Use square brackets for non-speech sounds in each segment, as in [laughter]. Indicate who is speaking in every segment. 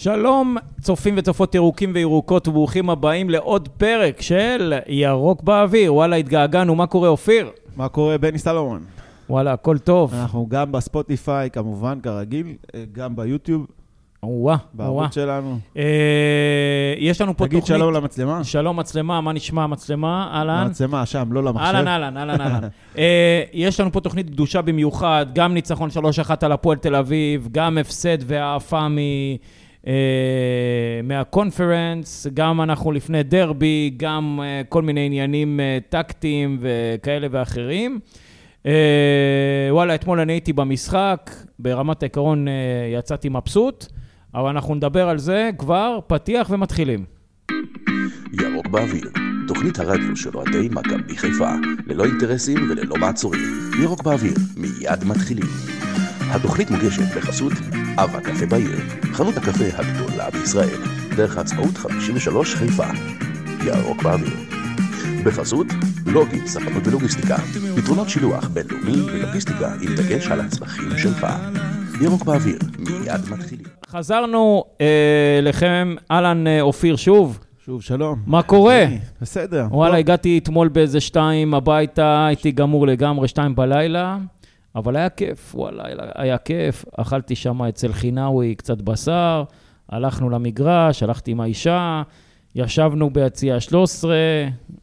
Speaker 1: שלום, צופים וצופות ירוקים וירוקות, וברוכים הבאים לעוד פרק של ירוק באוויר. וואלה, התגעגענו, מה קורה, אופיר?
Speaker 2: מה קורה, בני סלומון?
Speaker 1: וואלה, הכל טוב.
Speaker 2: אנחנו גם בספוטיפיי, כמובן, כרגיל, גם ביוטיוב,
Speaker 1: וואה, וואה.
Speaker 2: בערוץ שלנו.
Speaker 1: אה, יש לנו פה תוכנית...
Speaker 2: תגיד שלום למצלמה.
Speaker 1: שלום, מצלמה, מה נשמע המצלמה? אהלן?
Speaker 2: למצלמה, שם, לא למחשב.
Speaker 1: אהלן, אהלן, אהלן, אהלן. אה, יש לנו פה תוכנית קדושה במיוחד, גם ניצחון 3-1 על הפועל תל אביב, גם הפסד והעפה מ... אה, מהקונפרנס, גם אנחנו לפני דרבי, גם אה, כל מיני עניינים אה, טקטיים וכאלה ואחרים. אה, וואלה, אתמול אני הייתי במשחק, ברמת העיקרון אה, יצאתי מבסוט, אבל אנחנו נדבר על זה כבר, פתיח ומתחילים.
Speaker 3: ירוק באוויר, תוכנית הרדיו של אוהדי מכבי חיפה, ללא אינטרסים וללא מעצורים. ירוק באוויר, מיד מתחילים. התוכנית מוגשת בחסות אב הקפה בעיר, חנות הקפה הגדולה בישראל, דרך העצמאות 53 חיפה. ירוק באוויר. בחסות לוגי, ספנות ולוגיסטיקה, פתרונות שילוח בינלאומי ולוגיסטיקה עם דגש על הצרכים שלך. ירוק באוויר, מיד מתחילים.
Speaker 1: חזרנו אה, לכם, אהלן אה, אופיר שוב,
Speaker 2: שוב, שלום.
Speaker 1: מה קורה?
Speaker 2: בני, בסדר.
Speaker 1: וואלה, הגעתי אתמול באיזה שתיים הביתה, הייתי גמור לגמרי, שתיים בלילה, אבל היה כיף, וואלה, היה כיף. אכלתי שם אצל חינאווי קצת בשר, הלכנו למגרש, הלכתי עם האישה, ישבנו ביציע 13,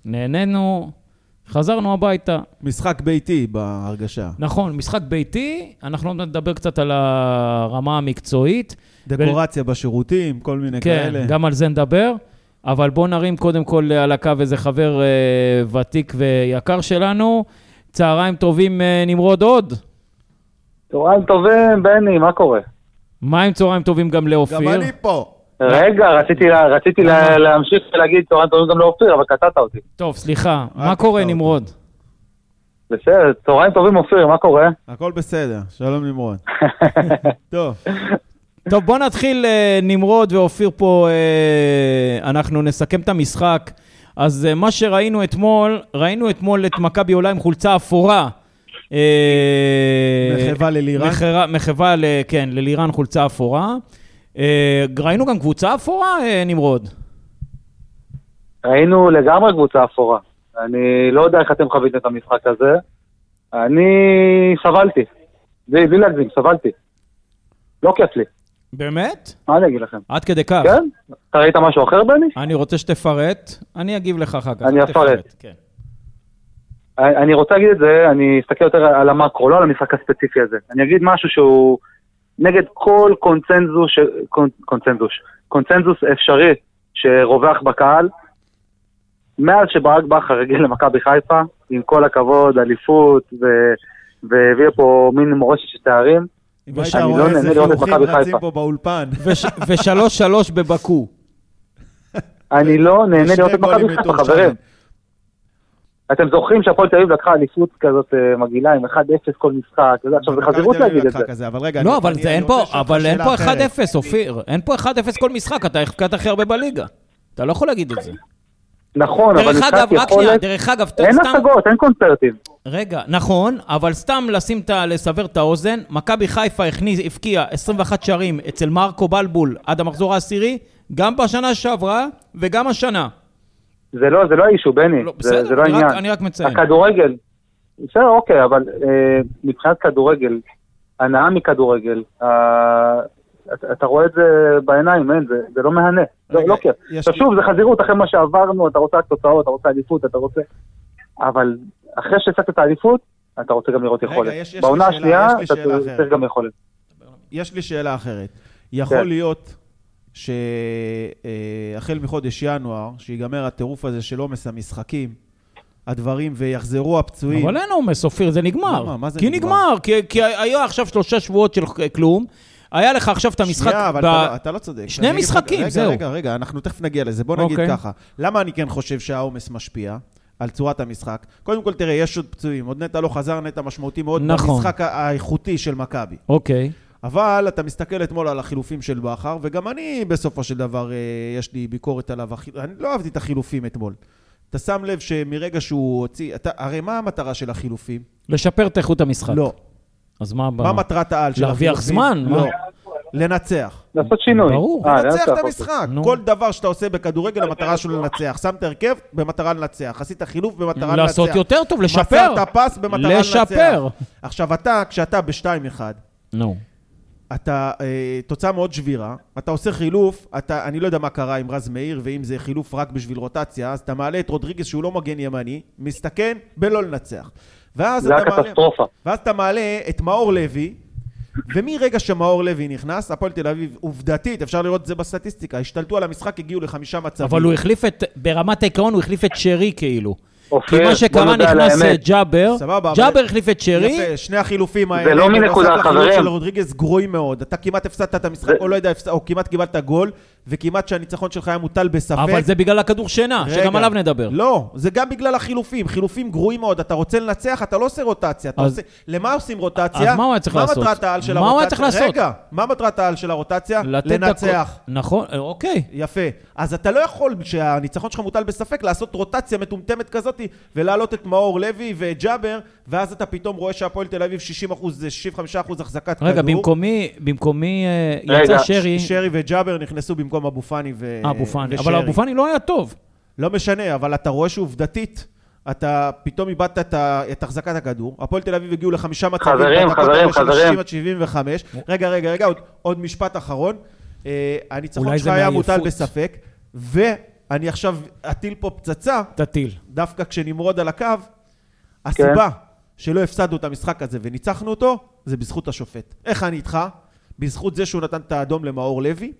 Speaker 1: נהנינו, חזרנו הביתה.
Speaker 2: משחק ביתי בהרגשה.
Speaker 1: נכון, משחק ביתי, אנחנו עוד מעט נדבר קצת על הרמה המקצועית.
Speaker 2: דקורציה בשירותים, כל מיני כאלה.
Speaker 1: כן, גם על זה נדבר. אבל בואו נרים קודם כל על הקו איזה חבר אה, ותיק ויקר שלנו. צהריים טובים, אה, נמרוד עוד.
Speaker 4: צהריים טובים, בני, מה קורה?
Speaker 1: מה עם צהריים טובים גם לאופיר?
Speaker 2: גם אני פה.
Speaker 4: רגע, רציתי, לה, רציתי לה, להמשיך ולהגיד צהריים טובים גם לאופיר, אבל קטעת אותי.
Speaker 1: טוב, סליחה, מה
Speaker 2: רק
Speaker 1: קורה,
Speaker 2: אתה עוד.
Speaker 1: נמרוד?
Speaker 4: בסדר, צהריים טובים, אופיר, מה קורה?
Speaker 2: הכל בסדר, שלום נמרוד. טוב,
Speaker 1: טוב, בואו נתחיל, אה, נמרוד ואופיר פה, אה, אנחנו נסכם את המשחק. אז אה, מה שראינו אתמול, ראינו אתמול את מכבי עולה עם חולצה אפורה. אה,
Speaker 2: מחווה ללירן.
Speaker 1: מחרה- מחווה, ל- כן, ללירן חולצה אפורה. אה, ראינו גם קבוצה אפורה, אה, נמרוד.
Speaker 4: ראינו לגמרי קבוצה אפורה. אני לא יודע איך אתם חוויתם את המשחק הזה. אני סבלתי. בלי, בלי להגזים, סבלתי. לא כיף לי,
Speaker 1: באמת?
Speaker 4: מה אני אגיד לכם?
Speaker 1: עד כדי כך.
Speaker 4: כן? אתה ראית משהו אחר, בני?
Speaker 1: אני רוצה שתפרט, אני אגיב לך אחר כך.
Speaker 4: אני
Speaker 1: אל תפרט,
Speaker 4: אפרט.
Speaker 1: כן.
Speaker 4: אני אני רוצה להגיד את זה, אני אסתכל יותר על המקרו, לא על המשחק הספציפי הזה. אני אגיד משהו שהוא נגד כל קונצנזוס, ש... קונ... קונצנזוס, קונצנזוס אפשרי שרווח בקהל. מאז שברק בכר הגיע למכבי חיפה, עם כל הכבוד, אליפות, ו... והביא פה מין מורשת של תארים,
Speaker 2: אם היית
Speaker 4: אני
Speaker 2: רואה
Speaker 4: לא
Speaker 2: איזה
Speaker 4: נהנה לראות את
Speaker 2: חיוכים
Speaker 4: מכבי
Speaker 2: רצים
Speaker 4: חיפה.
Speaker 2: פה באולפן.
Speaker 1: וש- ושלוש שלוש בבקו.
Speaker 4: אני לא נהנה
Speaker 2: שני
Speaker 4: לראות את
Speaker 2: גולים
Speaker 4: מכבי חיפה,
Speaker 2: מטורשן.
Speaker 4: חברים. אתם זוכרים שהפועל תל אביב לקחה אליפות כזאת אה, מגעילה עם 1-0 כל משחק, וזה, עכשיו זה
Speaker 2: מכבי
Speaker 4: חזירות
Speaker 2: תל אביב
Speaker 4: להגיד את
Speaker 2: לקחה
Speaker 4: זה.
Speaker 2: כזה, אבל רגע,
Speaker 1: לא,
Speaker 2: אני-
Speaker 1: אבל
Speaker 2: אני-
Speaker 1: זה
Speaker 2: אני
Speaker 1: אין
Speaker 2: רוצה
Speaker 1: פה,
Speaker 2: לשאול אותך
Speaker 1: אבל אין
Speaker 2: שאלה
Speaker 1: פה 1-0,
Speaker 2: אחרת.
Speaker 1: אופיר. אין פה 1-0 כל משחק, אתה החכת הכי הרבה בליגה. אתה לא יכול להגיד את זה.
Speaker 4: נכון, אבל
Speaker 1: דרך אגב, רק שנייה, דרך אגב,
Speaker 4: אין
Speaker 1: סתם...
Speaker 4: הצגות, אין קונצרטים.
Speaker 1: רגע, נכון, אבל סתם לשים את ה... לסבר את האוזן, מכבי חיפה הכניס, הבקיעה 21 שערים אצל מרקו בלבול עד המחזור העשירי, גם בשנה שעברה וגם השנה.
Speaker 4: זה לא, זה לא האישו, בני.
Speaker 1: לא,
Speaker 4: זה,
Speaker 1: בסדר,
Speaker 4: זה לא
Speaker 1: אני רק-
Speaker 4: העניין.
Speaker 1: אני רק מציין.
Speaker 4: הכדורגל, בסדר, אוקיי, אבל אה, מבחינת כדורגל, הנאה מכדורגל, אה, אתה, אתה רואה את זה בעיניים, אין, זה, זה לא מהנה, זה
Speaker 2: רגע,
Speaker 4: לא כיף.
Speaker 2: יש
Speaker 4: עכשיו
Speaker 2: לי-
Speaker 4: שוב, זה חזירות אחרי מה שעברנו, אתה רוצה רק תוצאות, אתה רוצה אליפות, אתה רוצה... אבל אחרי שהפסדת את האליפות, אתה רוצה גם לראות
Speaker 2: רגע,
Speaker 4: יכולת.
Speaker 2: יש- יש לי
Speaker 4: בעונה
Speaker 2: שאלה-
Speaker 4: השנייה,
Speaker 2: יש לי
Speaker 4: אתה
Speaker 2: שאלה אחרת.
Speaker 4: צריך גם יכולת.
Speaker 2: יש לי שאלה אחרת. יכול
Speaker 4: כן.
Speaker 2: להיות שהחל מחודש ינואר, שיגמר הטירוף הזה של עומס המשחקים, הדברים, ויחזרו הפצועים.
Speaker 1: אבל אין עומס, אופיר, זה נגמר.
Speaker 2: למה? מה זה
Speaker 1: כי
Speaker 2: נגמר?
Speaker 1: נגמר, כי, כי היה עכשיו שלושה שבועות של כלום, היה לך עכשיו את המשחק...
Speaker 2: שנייה, אבל
Speaker 1: ב-
Speaker 2: אתה לא- אתה לא צודק.
Speaker 1: שני
Speaker 2: אני אגיד לך-
Speaker 1: משחקים,
Speaker 2: רגע,
Speaker 1: זהו.
Speaker 2: רגע, רגע, אנחנו תכף נגיע לזה. בוא נגיד
Speaker 1: אוקיי.
Speaker 2: ככה. למה אני כן חושב שהעומס משפיע? על צורת המשחק. קודם כל, תראה, יש עוד פצועים. עוד נטע לא חזר, נטע משמעותי מאוד
Speaker 1: נכון.
Speaker 2: במשחק ה- האיכותי של מכבי.
Speaker 1: אוקיי.
Speaker 2: אבל אתה מסתכל אתמול על החילופים של בכר, וגם אני בסופו של דבר, אה, יש לי ביקורת עליו. החיל- אני לא אהבתי את החילופים אתמול. אתה שם לב שמרגע שהוא הוציא... אתה, הרי מה המטרה של החילופים?
Speaker 1: לשפר את איכות המשחק.
Speaker 2: לא.
Speaker 1: אז מה...
Speaker 2: מה מטרת העל של החילופים?
Speaker 1: להרוויח זמן, מה?
Speaker 2: לא. לנצח.
Speaker 4: לעשות שינוי.
Speaker 1: ברור.
Speaker 4: אה,
Speaker 2: לנצח את
Speaker 4: אוקיי.
Speaker 2: המשחק.
Speaker 1: נו.
Speaker 2: כל דבר שאתה עושה בכדורגל, המטרה שלו לנצח. שמת הרכב במטרה לנצח. עשית חילוף במטרה לנצח.
Speaker 1: לעשות יותר טוב, לשפר.
Speaker 2: מצאת פס במטרה לנצח.
Speaker 1: לשפר.
Speaker 2: עכשיו, אתה, כשאתה ב-2-1,
Speaker 1: נו.
Speaker 2: אתה, אה, תוצאה מאוד שבירה, אתה עושה חילוף, אתה, אני לא יודע מה קרה עם רז מאיר, ואם זה חילוף רק בשביל רוטציה, אז אתה מעלה את רודריגז שהוא לא מגן ימני, מסתכן בלא לנצח. ואז
Speaker 4: זה
Speaker 2: אתה,
Speaker 4: היה
Speaker 2: מעלה,
Speaker 4: קטסטרופה.
Speaker 2: ואז אתה מעלה את מאור לוי, ומרגע שמאור לוי נכנס, הפועל תל אביב, עובדתית, אפשר לראות את זה בסטטיסטיקה, השתלטו על המשחק, הגיעו לחמישה מצבים.
Speaker 1: אבל הוא החליף את, ברמת העיקרון הוא החליף את שרי כאילו. כי
Speaker 4: אופיר,
Speaker 1: מה
Speaker 4: בוא
Speaker 1: שקרה
Speaker 4: נודה על
Speaker 1: נכנס אה,
Speaker 4: האמת.
Speaker 1: ג'אבר,
Speaker 2: סבבה, אבל-
Speaker 1: ג'אבר החליף את שרי,
Speaker 2: יפה, שני החילופים האלה.
Speaker 4: לא
Speaker 2: בנוסף
Speaker 4: מנקודה,
Speaker 2: לחילוף
Speaker 4: חברים.
Speaker 2: של רודריגז גרועים מאוד. אתה כמעט הפסדת את המשחק,
Speaker 4: זה-
Speaker 2: או לא יודע, הפס- או כמעט קיבלת גול, וכמעט שהניצחון שלך היה מוטל בספק.
Speaker 1: אבל זה בגלל הכדור שינה,
Speaker 2: רגע.
Speaker 1: אה, שגם עליו נדבר.
Speaker 2: לא, זה גם בגלל החילופים. חילופים גרועים מאוד. אתה רוצה לנצח, אתה לא עושה רוטציה. אתה
Speaker 1: אז-
Speaker 2: עושה... למה עושים רוטציה?
Speaker 1: אז מה הוא היה צריך לעשות?
Speaker 2: מה מטרת העל של
Speaker 1: מה הוא היה
Speaker 2: הרוטציה?
Speaker 1: צריך לעשות?
Speaker 2: רגע, מה מטרת העל של הרוטציה?
Speaker 1: לתת את הכ-
Speaker 2: לנצח.
Speaker 1: נכון, אה, אוקיי.
Speaker 2: יפה. אז אתה לא יכול, כשהניצחון שלך מוטל בספק, לעשות רוטציה מטומטמת כזאת ולהעלות את מאור לוי ואת ג'אבר, ואז אתה פתאום רואה שהפועל תל אביב 60%, זה 65% החזקת כדור.
Speaker 1: רגע, במקומי, במקומי אה,
Speaker 4: רגע,
Speaker 1: יצא שרי,
Speaker 2: שרי וג'אבר נכנסו במקום אבו פאני ו...
Speaker 1: אה, אבו פאני, אבל
Speaker 2: ושרי.
Speaker 1: אבו פאני לא היה טוב.
Speaker 2: לא משנה, אבל אתה רואה שעובדתית, אתה פתאום איבדת את, ה- את החזקת הכדור. הפועל תל אביב הגיעו לחמישה מצבים.
Speaker 4: חברים,
Speaker 2: בדקות
Speaker 4: חברים,
Speaker 2: האלה של
Speaker 4: חברים.
Speaker 2: 60 עד 75. רגע, רגע, רגע, עוד, עוד משפט אחרון. אה, הניצחון
Speaker 1: אולי
Speaker 2: שלך
Speaker 1: זה
Speaker 2: היה
Speaker 1: מעייפות.
Speaker 2: מוטל בספק, ואני עכשיו אטיל פה פצצה,
Speaker 1: תטיל.
Speaker 2: דווקא כשנמרוד על הקו, הסיבה
Speaker 4: כן.
Speaker 2: שלא הפסדנו את המשחק הזה וניצחנו אותו, זה בזכות השופט. איך אני איתך? בזכות זה שהוא נתן את האדום למאור לוי,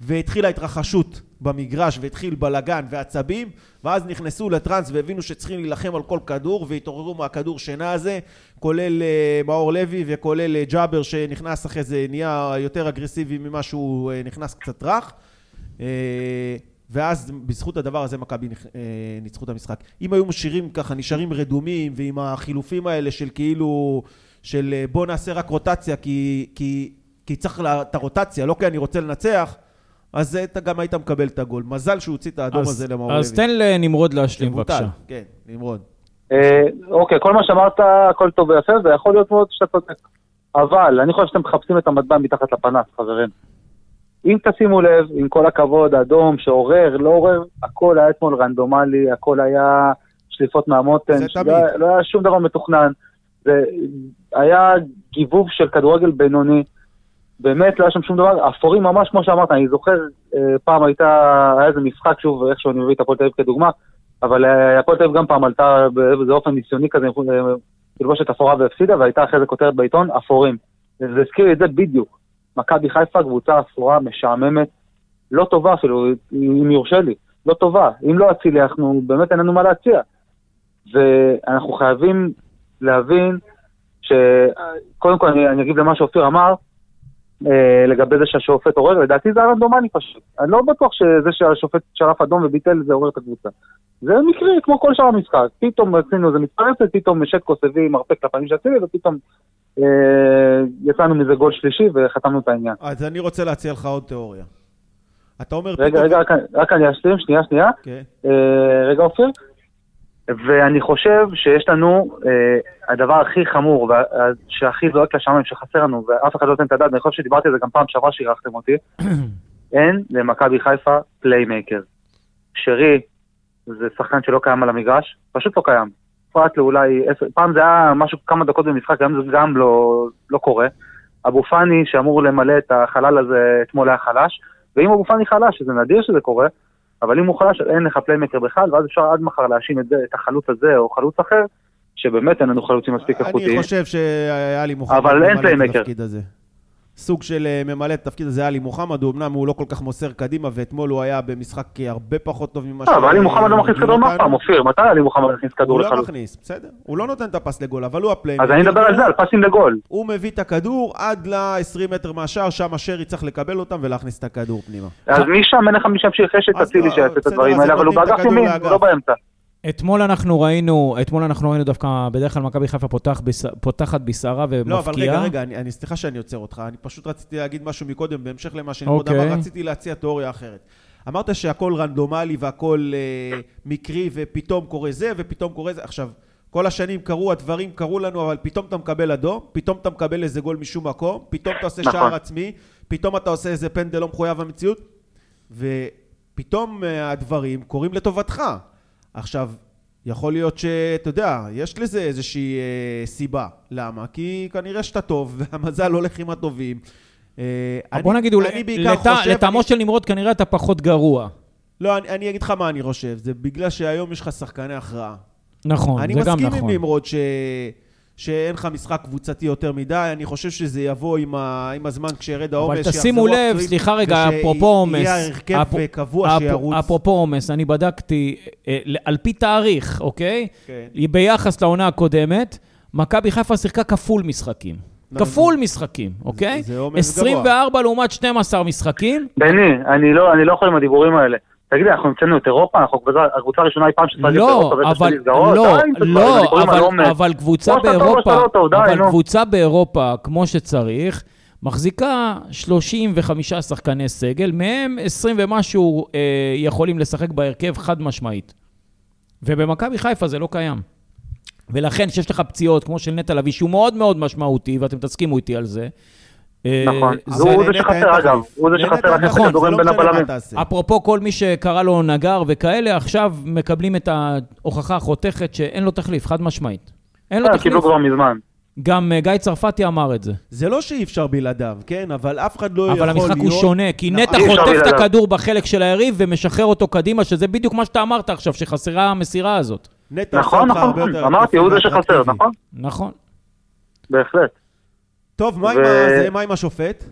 Speaker 2: והתחילה התרחשות במגרש, והתחיל בלגן ועצבים, ואז נכנסו לטראנס והבינו שצריכים להילחם על כל כדור, והתעוררו מהכדור שינה הזה, כולל אה, מאור לוי וכולל אה, ג'אבר שנכנס אחרי זה, נהיה יותר אגרסיבי ממה שהוא אה, נכנס קצת רך. אה, ואז בזכות הדבר הזה מכבי נכ- אה, ניצחו את המשחק. אם היו משאירים ככה, נשארים רדומים, ועם החילופים האלה של כאילו, של אה, בוא נעשה רק רוטציה, כי, כי, כי צריך לה- את הרוטציה, לא כי אני רוצה לנצח, אז אתה גם היית מקבל את הגול. מזל שהוא הוציא את האדום
Speaker 1: אז-
Speaker 2: הזה למאור
Speaker 1: אז תן לנמרוד להשלים
Speaker 2: שבוטל.
Speaker 1: בבקשה.
Speaker 2: כן, נמרוד.
Speaker 4: אה, אוקיי, כל מה שאמרת, הכל טוב ויפה, ויכול להיות מאוד שאתה צודק. אבל אני חושב שאתם מחפשים את המטבע מתחת לפנס, חברים. אם תשימו לב, עם כל הכבוד, אדום, שעורר, לא עורר, הכל היה אתמול רנדומלי, הכל היה שליפות מהמותן,
Speaker 2: זה
Speaker 4: שלא
Speaker 2: תמיד.
Speaker 4: היה- לא היה שום דבר מתוכנן. זה היה גיבוב של כדורגל בינוני, באמת לא היה שם שום דבר, אפורים ממש כמו שאמרת, אני זוכר אה, פעם הייתה, היה איזה משחק, שוב, איכשהו אני מביא את הפועל תל אביב כדוגמה, אבל אה, הפועל תל אביב גם פעם עלתה באיזה אופן ניסיוני כזה, אה, תלבושת אפורה והפסידה, והייתה אחרי זה כותרת בעיתון, אפורים. זה הזכיר לי את זה בדיוק. מכבי חיפה, קבוצה אפורה, משעממת, לא טובה אפילו, אם יורשה לי, לא טובה. אם לא אצילי, אנחנו, באמת אין לנו מה להציע. ואנחנו חייבים להבין ש... קודם כל, אני, אני אגיב למה שאופיר אמר, אה, לגבי זה שהשופט עורר, לדעתי זה היה רנדומלי פשוט. אני לא בטוח שזה שהשופט שלף אדום וביטל זה עורר את הקבוצה. זה מקרי, כמו כל שאר המשחק. פתאום עשינו איזה מתפרצת, פתאום שטקוס הביא מרפק לפנים של אצילי, ופתאום אה, יצאנו מזה גול שלישי וחתמנו את העניין.
Speaker 2: אז אני רוצה להציע לך עוד תיאוריה. אתה אומר...
Speaker 4: רגע,
Speaker 2: פתאום-
Speaker 4: רגע, רק, רק אני אשלים, שנייה, שנייה.
Speaker 2: כן.
Speaker 4: אה, רגע, אופיר. ואני חושב שיש לנו, אה, הדבר הכי חמור, וה- שהכי זועק לשמיים, שחסר לנו, ואף אחד לא נותן את הדעת, ואני חושב שדיברתי על זה גם פעם שעברה שאירחתם אותי, אין למכבי חיפה פליימייקר. שרי זה שחקן שלא קיים על המגרש, פשוט לא קיים. פרט לאולי, אפס- פעם זה היה משהו כמה דקות במשחק, היום זה גם לא, לא קורה. אבו פאני שאמור למלא את החלל הזה, אתמול היה חלש, ואם אבו פאני חלש, שזה נדיר שזה קורה, אבל אם הוא חלש, אין לך פליימקר בכלל, ואז אפשר עד מחר להאשים את, זה, את החלוץ הזה או חלוץ אחר, שבאמת אין לנו חלוצים מספיק
Speaker 2: אני
Speaker 4: איכותיים.
Speaker 2: חושב שאלי מוחמד
Speaker 4: אבל אין
Speaker 2: ממלא את
Speaker 4: פליימקר.
Speaker 2: התפקיד הזה. סוג של אה, ממלא את התפקיד הזה, עלי מוחמד, הוא אמנם הוא לא כל כך מוסר קדימה, ואתמול הוא היה במשחק הרבה פחות טוב ממה ש...
Speaker 4: לא, אבל עלי מוחמד לא מכניס
Speaker 2: הרגיל
Speaker 4: כדור
Speaker 2: אותנו.
Speaker 4: אף פעם, אופיר, מתי עלי מוחמד הכניס
Speaker 2: הוא
Speaker 4: כדור
Speaker 2: לא
Speaker 4: לחלוץ?
Speaker 2: מכניס, בסדר. הוא לא נותן את הפס לגול, אבל הוא הפליימקר.
Speaker 4: אז אני מדבר על זה, על פסים לגול.
Speaker 2: הוא מביא את הכדור עד ל-20 מטר מהשער, שם שרי צריך לקבל אותם ולהכניס את הכדור פנימה.
Speaker 4: אז משם אין לך מי שימשיך, יש את
Speaker 2: אז
Speaker 4: אצילי
Speaker 2: לא,
Speaker 4: שיעשה את
Speaker 2: אה, בסדר, אז
Speaker 4: הדברים האלה,
Speaker 2: הם
Speaker 4: אבל הוא
Speaker 2: נותנים את
Speaker 4: באגף
Speaker 2: הכדור
Speaker 4: ימין,
Speaker 2: לאגף.
Speaker 4: הוא לא באמצע.
Speaker 1: אתמול אנחנו ראינו, אתמול אנחנו ראינו דווקא, בדרך כלל מכבי חיפה פותח בס- פותחת בסערה ומפקיעה.
Speaker 2: לא, אבל רגע, רגע, אני, אני, סליחה שאני עוצר אותך, אני פשוט רציתי להגיד משהו מקודם, בהמשך למה שנמרוד
Speaker 1: אוקיי.
Speaker 2: אמר, רציתי להציע תיאוריה אחרת. אמרת שהכל רנדומלי והכל אה, מקרי, ופתאום קורה זה, ופתאום קורה זה. עכשיו, כל השנים קרו, הדברים קרו לנו, אבל פתאום אתה מקבל אדום, פתאום אתה מקבל איזה גול משום מקום, פתאום אתה עושה
Speaker 4: נכון.
Speaker 2: שער עצמי, פתאום אתה עושה איזה פנדל לא מחויב המציאות, ופתאום אה, הדברים קורים לטובתך. עכשיו, יכול להיות שאתה יודע, יש לזה איזושהי אה, סיבה. למה? כי כנראה שאתה טוב, [laughs] והמזל הולך עם הטובים. אה,
Speaker 1: אבל בוא נגיד, אולי-
Speaker 2: אני בעיקר
Speaker 1: לטע-
Speaker 2: חושב-
Speaker 1: לטעמו של נמרוד כנראה אתה פחות גרוע.
Speaker 2: לא, אני, אני אגיד לך מה אני חושב, זה בגלל שהיום יש לך שחקני הכרעה.
Speaker 1: נכון, זה
Speaker 2: אני
Speaker 1: גם נכון.
Speaker 2: מסכים עם נמרוד ש... שאין לך משחק קבוצתי יותר מדי, אני חושב שזה יבוא עם, ה... עם הזמן כשירד העומס,
Speaker 1: אבל תשימו
Speaker 2: שיחזרו
Speaker 1: לב,
Speaker 2: הפצועים,
Speaker 1: סליחה רגע,
Speaker 2: ושיהיה-
Speaker 1: אפרופו עומס.
Speaker 2: יהיה הרכב
Speaker 1: אפ-
Speaker 2: קבוע
Speaker 1: אפ-
Speaker 2: שירוץ.
Speaker 1: אפרופו עומס, אני בדקתי אה, ל- על פי תאריך, אוקיי?
Speaker 2: כן.
Speaker 1: היא ביחס לעונה הקודמת, מכבי חיפה שיחקה כפול משחקים.
Speaker 2: נכון.
Speaker 1: כפול משחקים, אוקיי?
Speaker 2: זה עומס
Speaker 1: 24 לעומת 12 משחקים.
Speaker 4: בני, אני לא, אני לא יכול עם הדיבורים האלה. תגידי, אנחנו המצאנו את אירופה? אנחנו הקבוצה- הקבוצה הראשונה אי פעם שצריכה
Speaker 1: לא, אבל, לא, לא, אבל, אבל קבוצה
Speaker 4: לא שאתה טוב, לא
Speaker 1: באירופה,
Speaker 4: שאתה לא טוב, די,
Speaker 1: אבל
Speaker 4: נו.
Speaker 1: קבוצה באירופה, כמו שצריך, מחזיקה 35 שחקני סגל, מהם 20 ומשהו אה, יכולים לשחק בהרכב חד משמעית. ובמכבי חיפה זה לא קיים. ולכן, כשיש לך פציעות, כמו של נטע לביא, שהוא מאוד מאוד משמעותי, ואתם תסכימו איתי על זה, אה,
Speaker 4: נכון.
Speaker 1: זה-
Speaker 4: הוא- הוא זה
Speaker 2: לנטע אין
Speaker 4: שחסר, אגב.
Speaker 2: תחליף.
Speaker 4: הוא זה
Speaker 2: לנטע
Speaker 4: שחסר, רק
Speaker 2: אין
Speaker 4: את
Speaker 2: תחליף,
Speaker 4: הכדורים
Speaker 2: זה לא
Speaker 4: בין
Speaker 2: משנה מה
Speaker 4: הבלמים.
Speaker 2: תעשה.
Speaker 1: אפרופו כל מי שקרא לו נגר וכאלה, עכשיו מקבלים את ההוכחה החותכת שאין לו תחליף, חד משמעית. אין לו
Speaker 4: כן,
Speaker 1: תחליף.
Speaker 4: קיבלו כבר מזמן.
Speaker 1: גם אה, גיא צרפתי אמר את זה.
Speaker 2: זה לא שאי אפשר בלעדיו, כן? אבל אף אחד לא יכול
Speaker 1: אבל
Speaker 2: להיות...
Speaker 1: המשחק הוא שונה, כי
Speaker 2: נכון.
Speaker 1: נטע
Speaker 4: אי אפשר
Speaker 1: חוטף את
Speaker 4: בלעדיו.
Speaker 1: הכדור בחלק של היריב ומשחרר אותו קדימה, שזה בדיוק מה שאתה אמרת עכשיו, שחסרה המסירה הזאת.
Speaker 2: נטע עושה
Speaker 4: נכון,
Speaker 2: אותך הרבה
Speaker 4: נכון.
Speaker 2: יותר
Speaker 4: אמרתי,
Speaker 2: התקפי
Speaker 4: הוא זה שחסר,
Speaker 2: ואטרקטיבי.
Speaker 4: נכון?
Speaker 1: נכון.
Speaker 4: בהחלט.
Speaker 2: טוב, מה עם
Speaker 4: ו-
Speaker 2: הזה? מה עם השופט?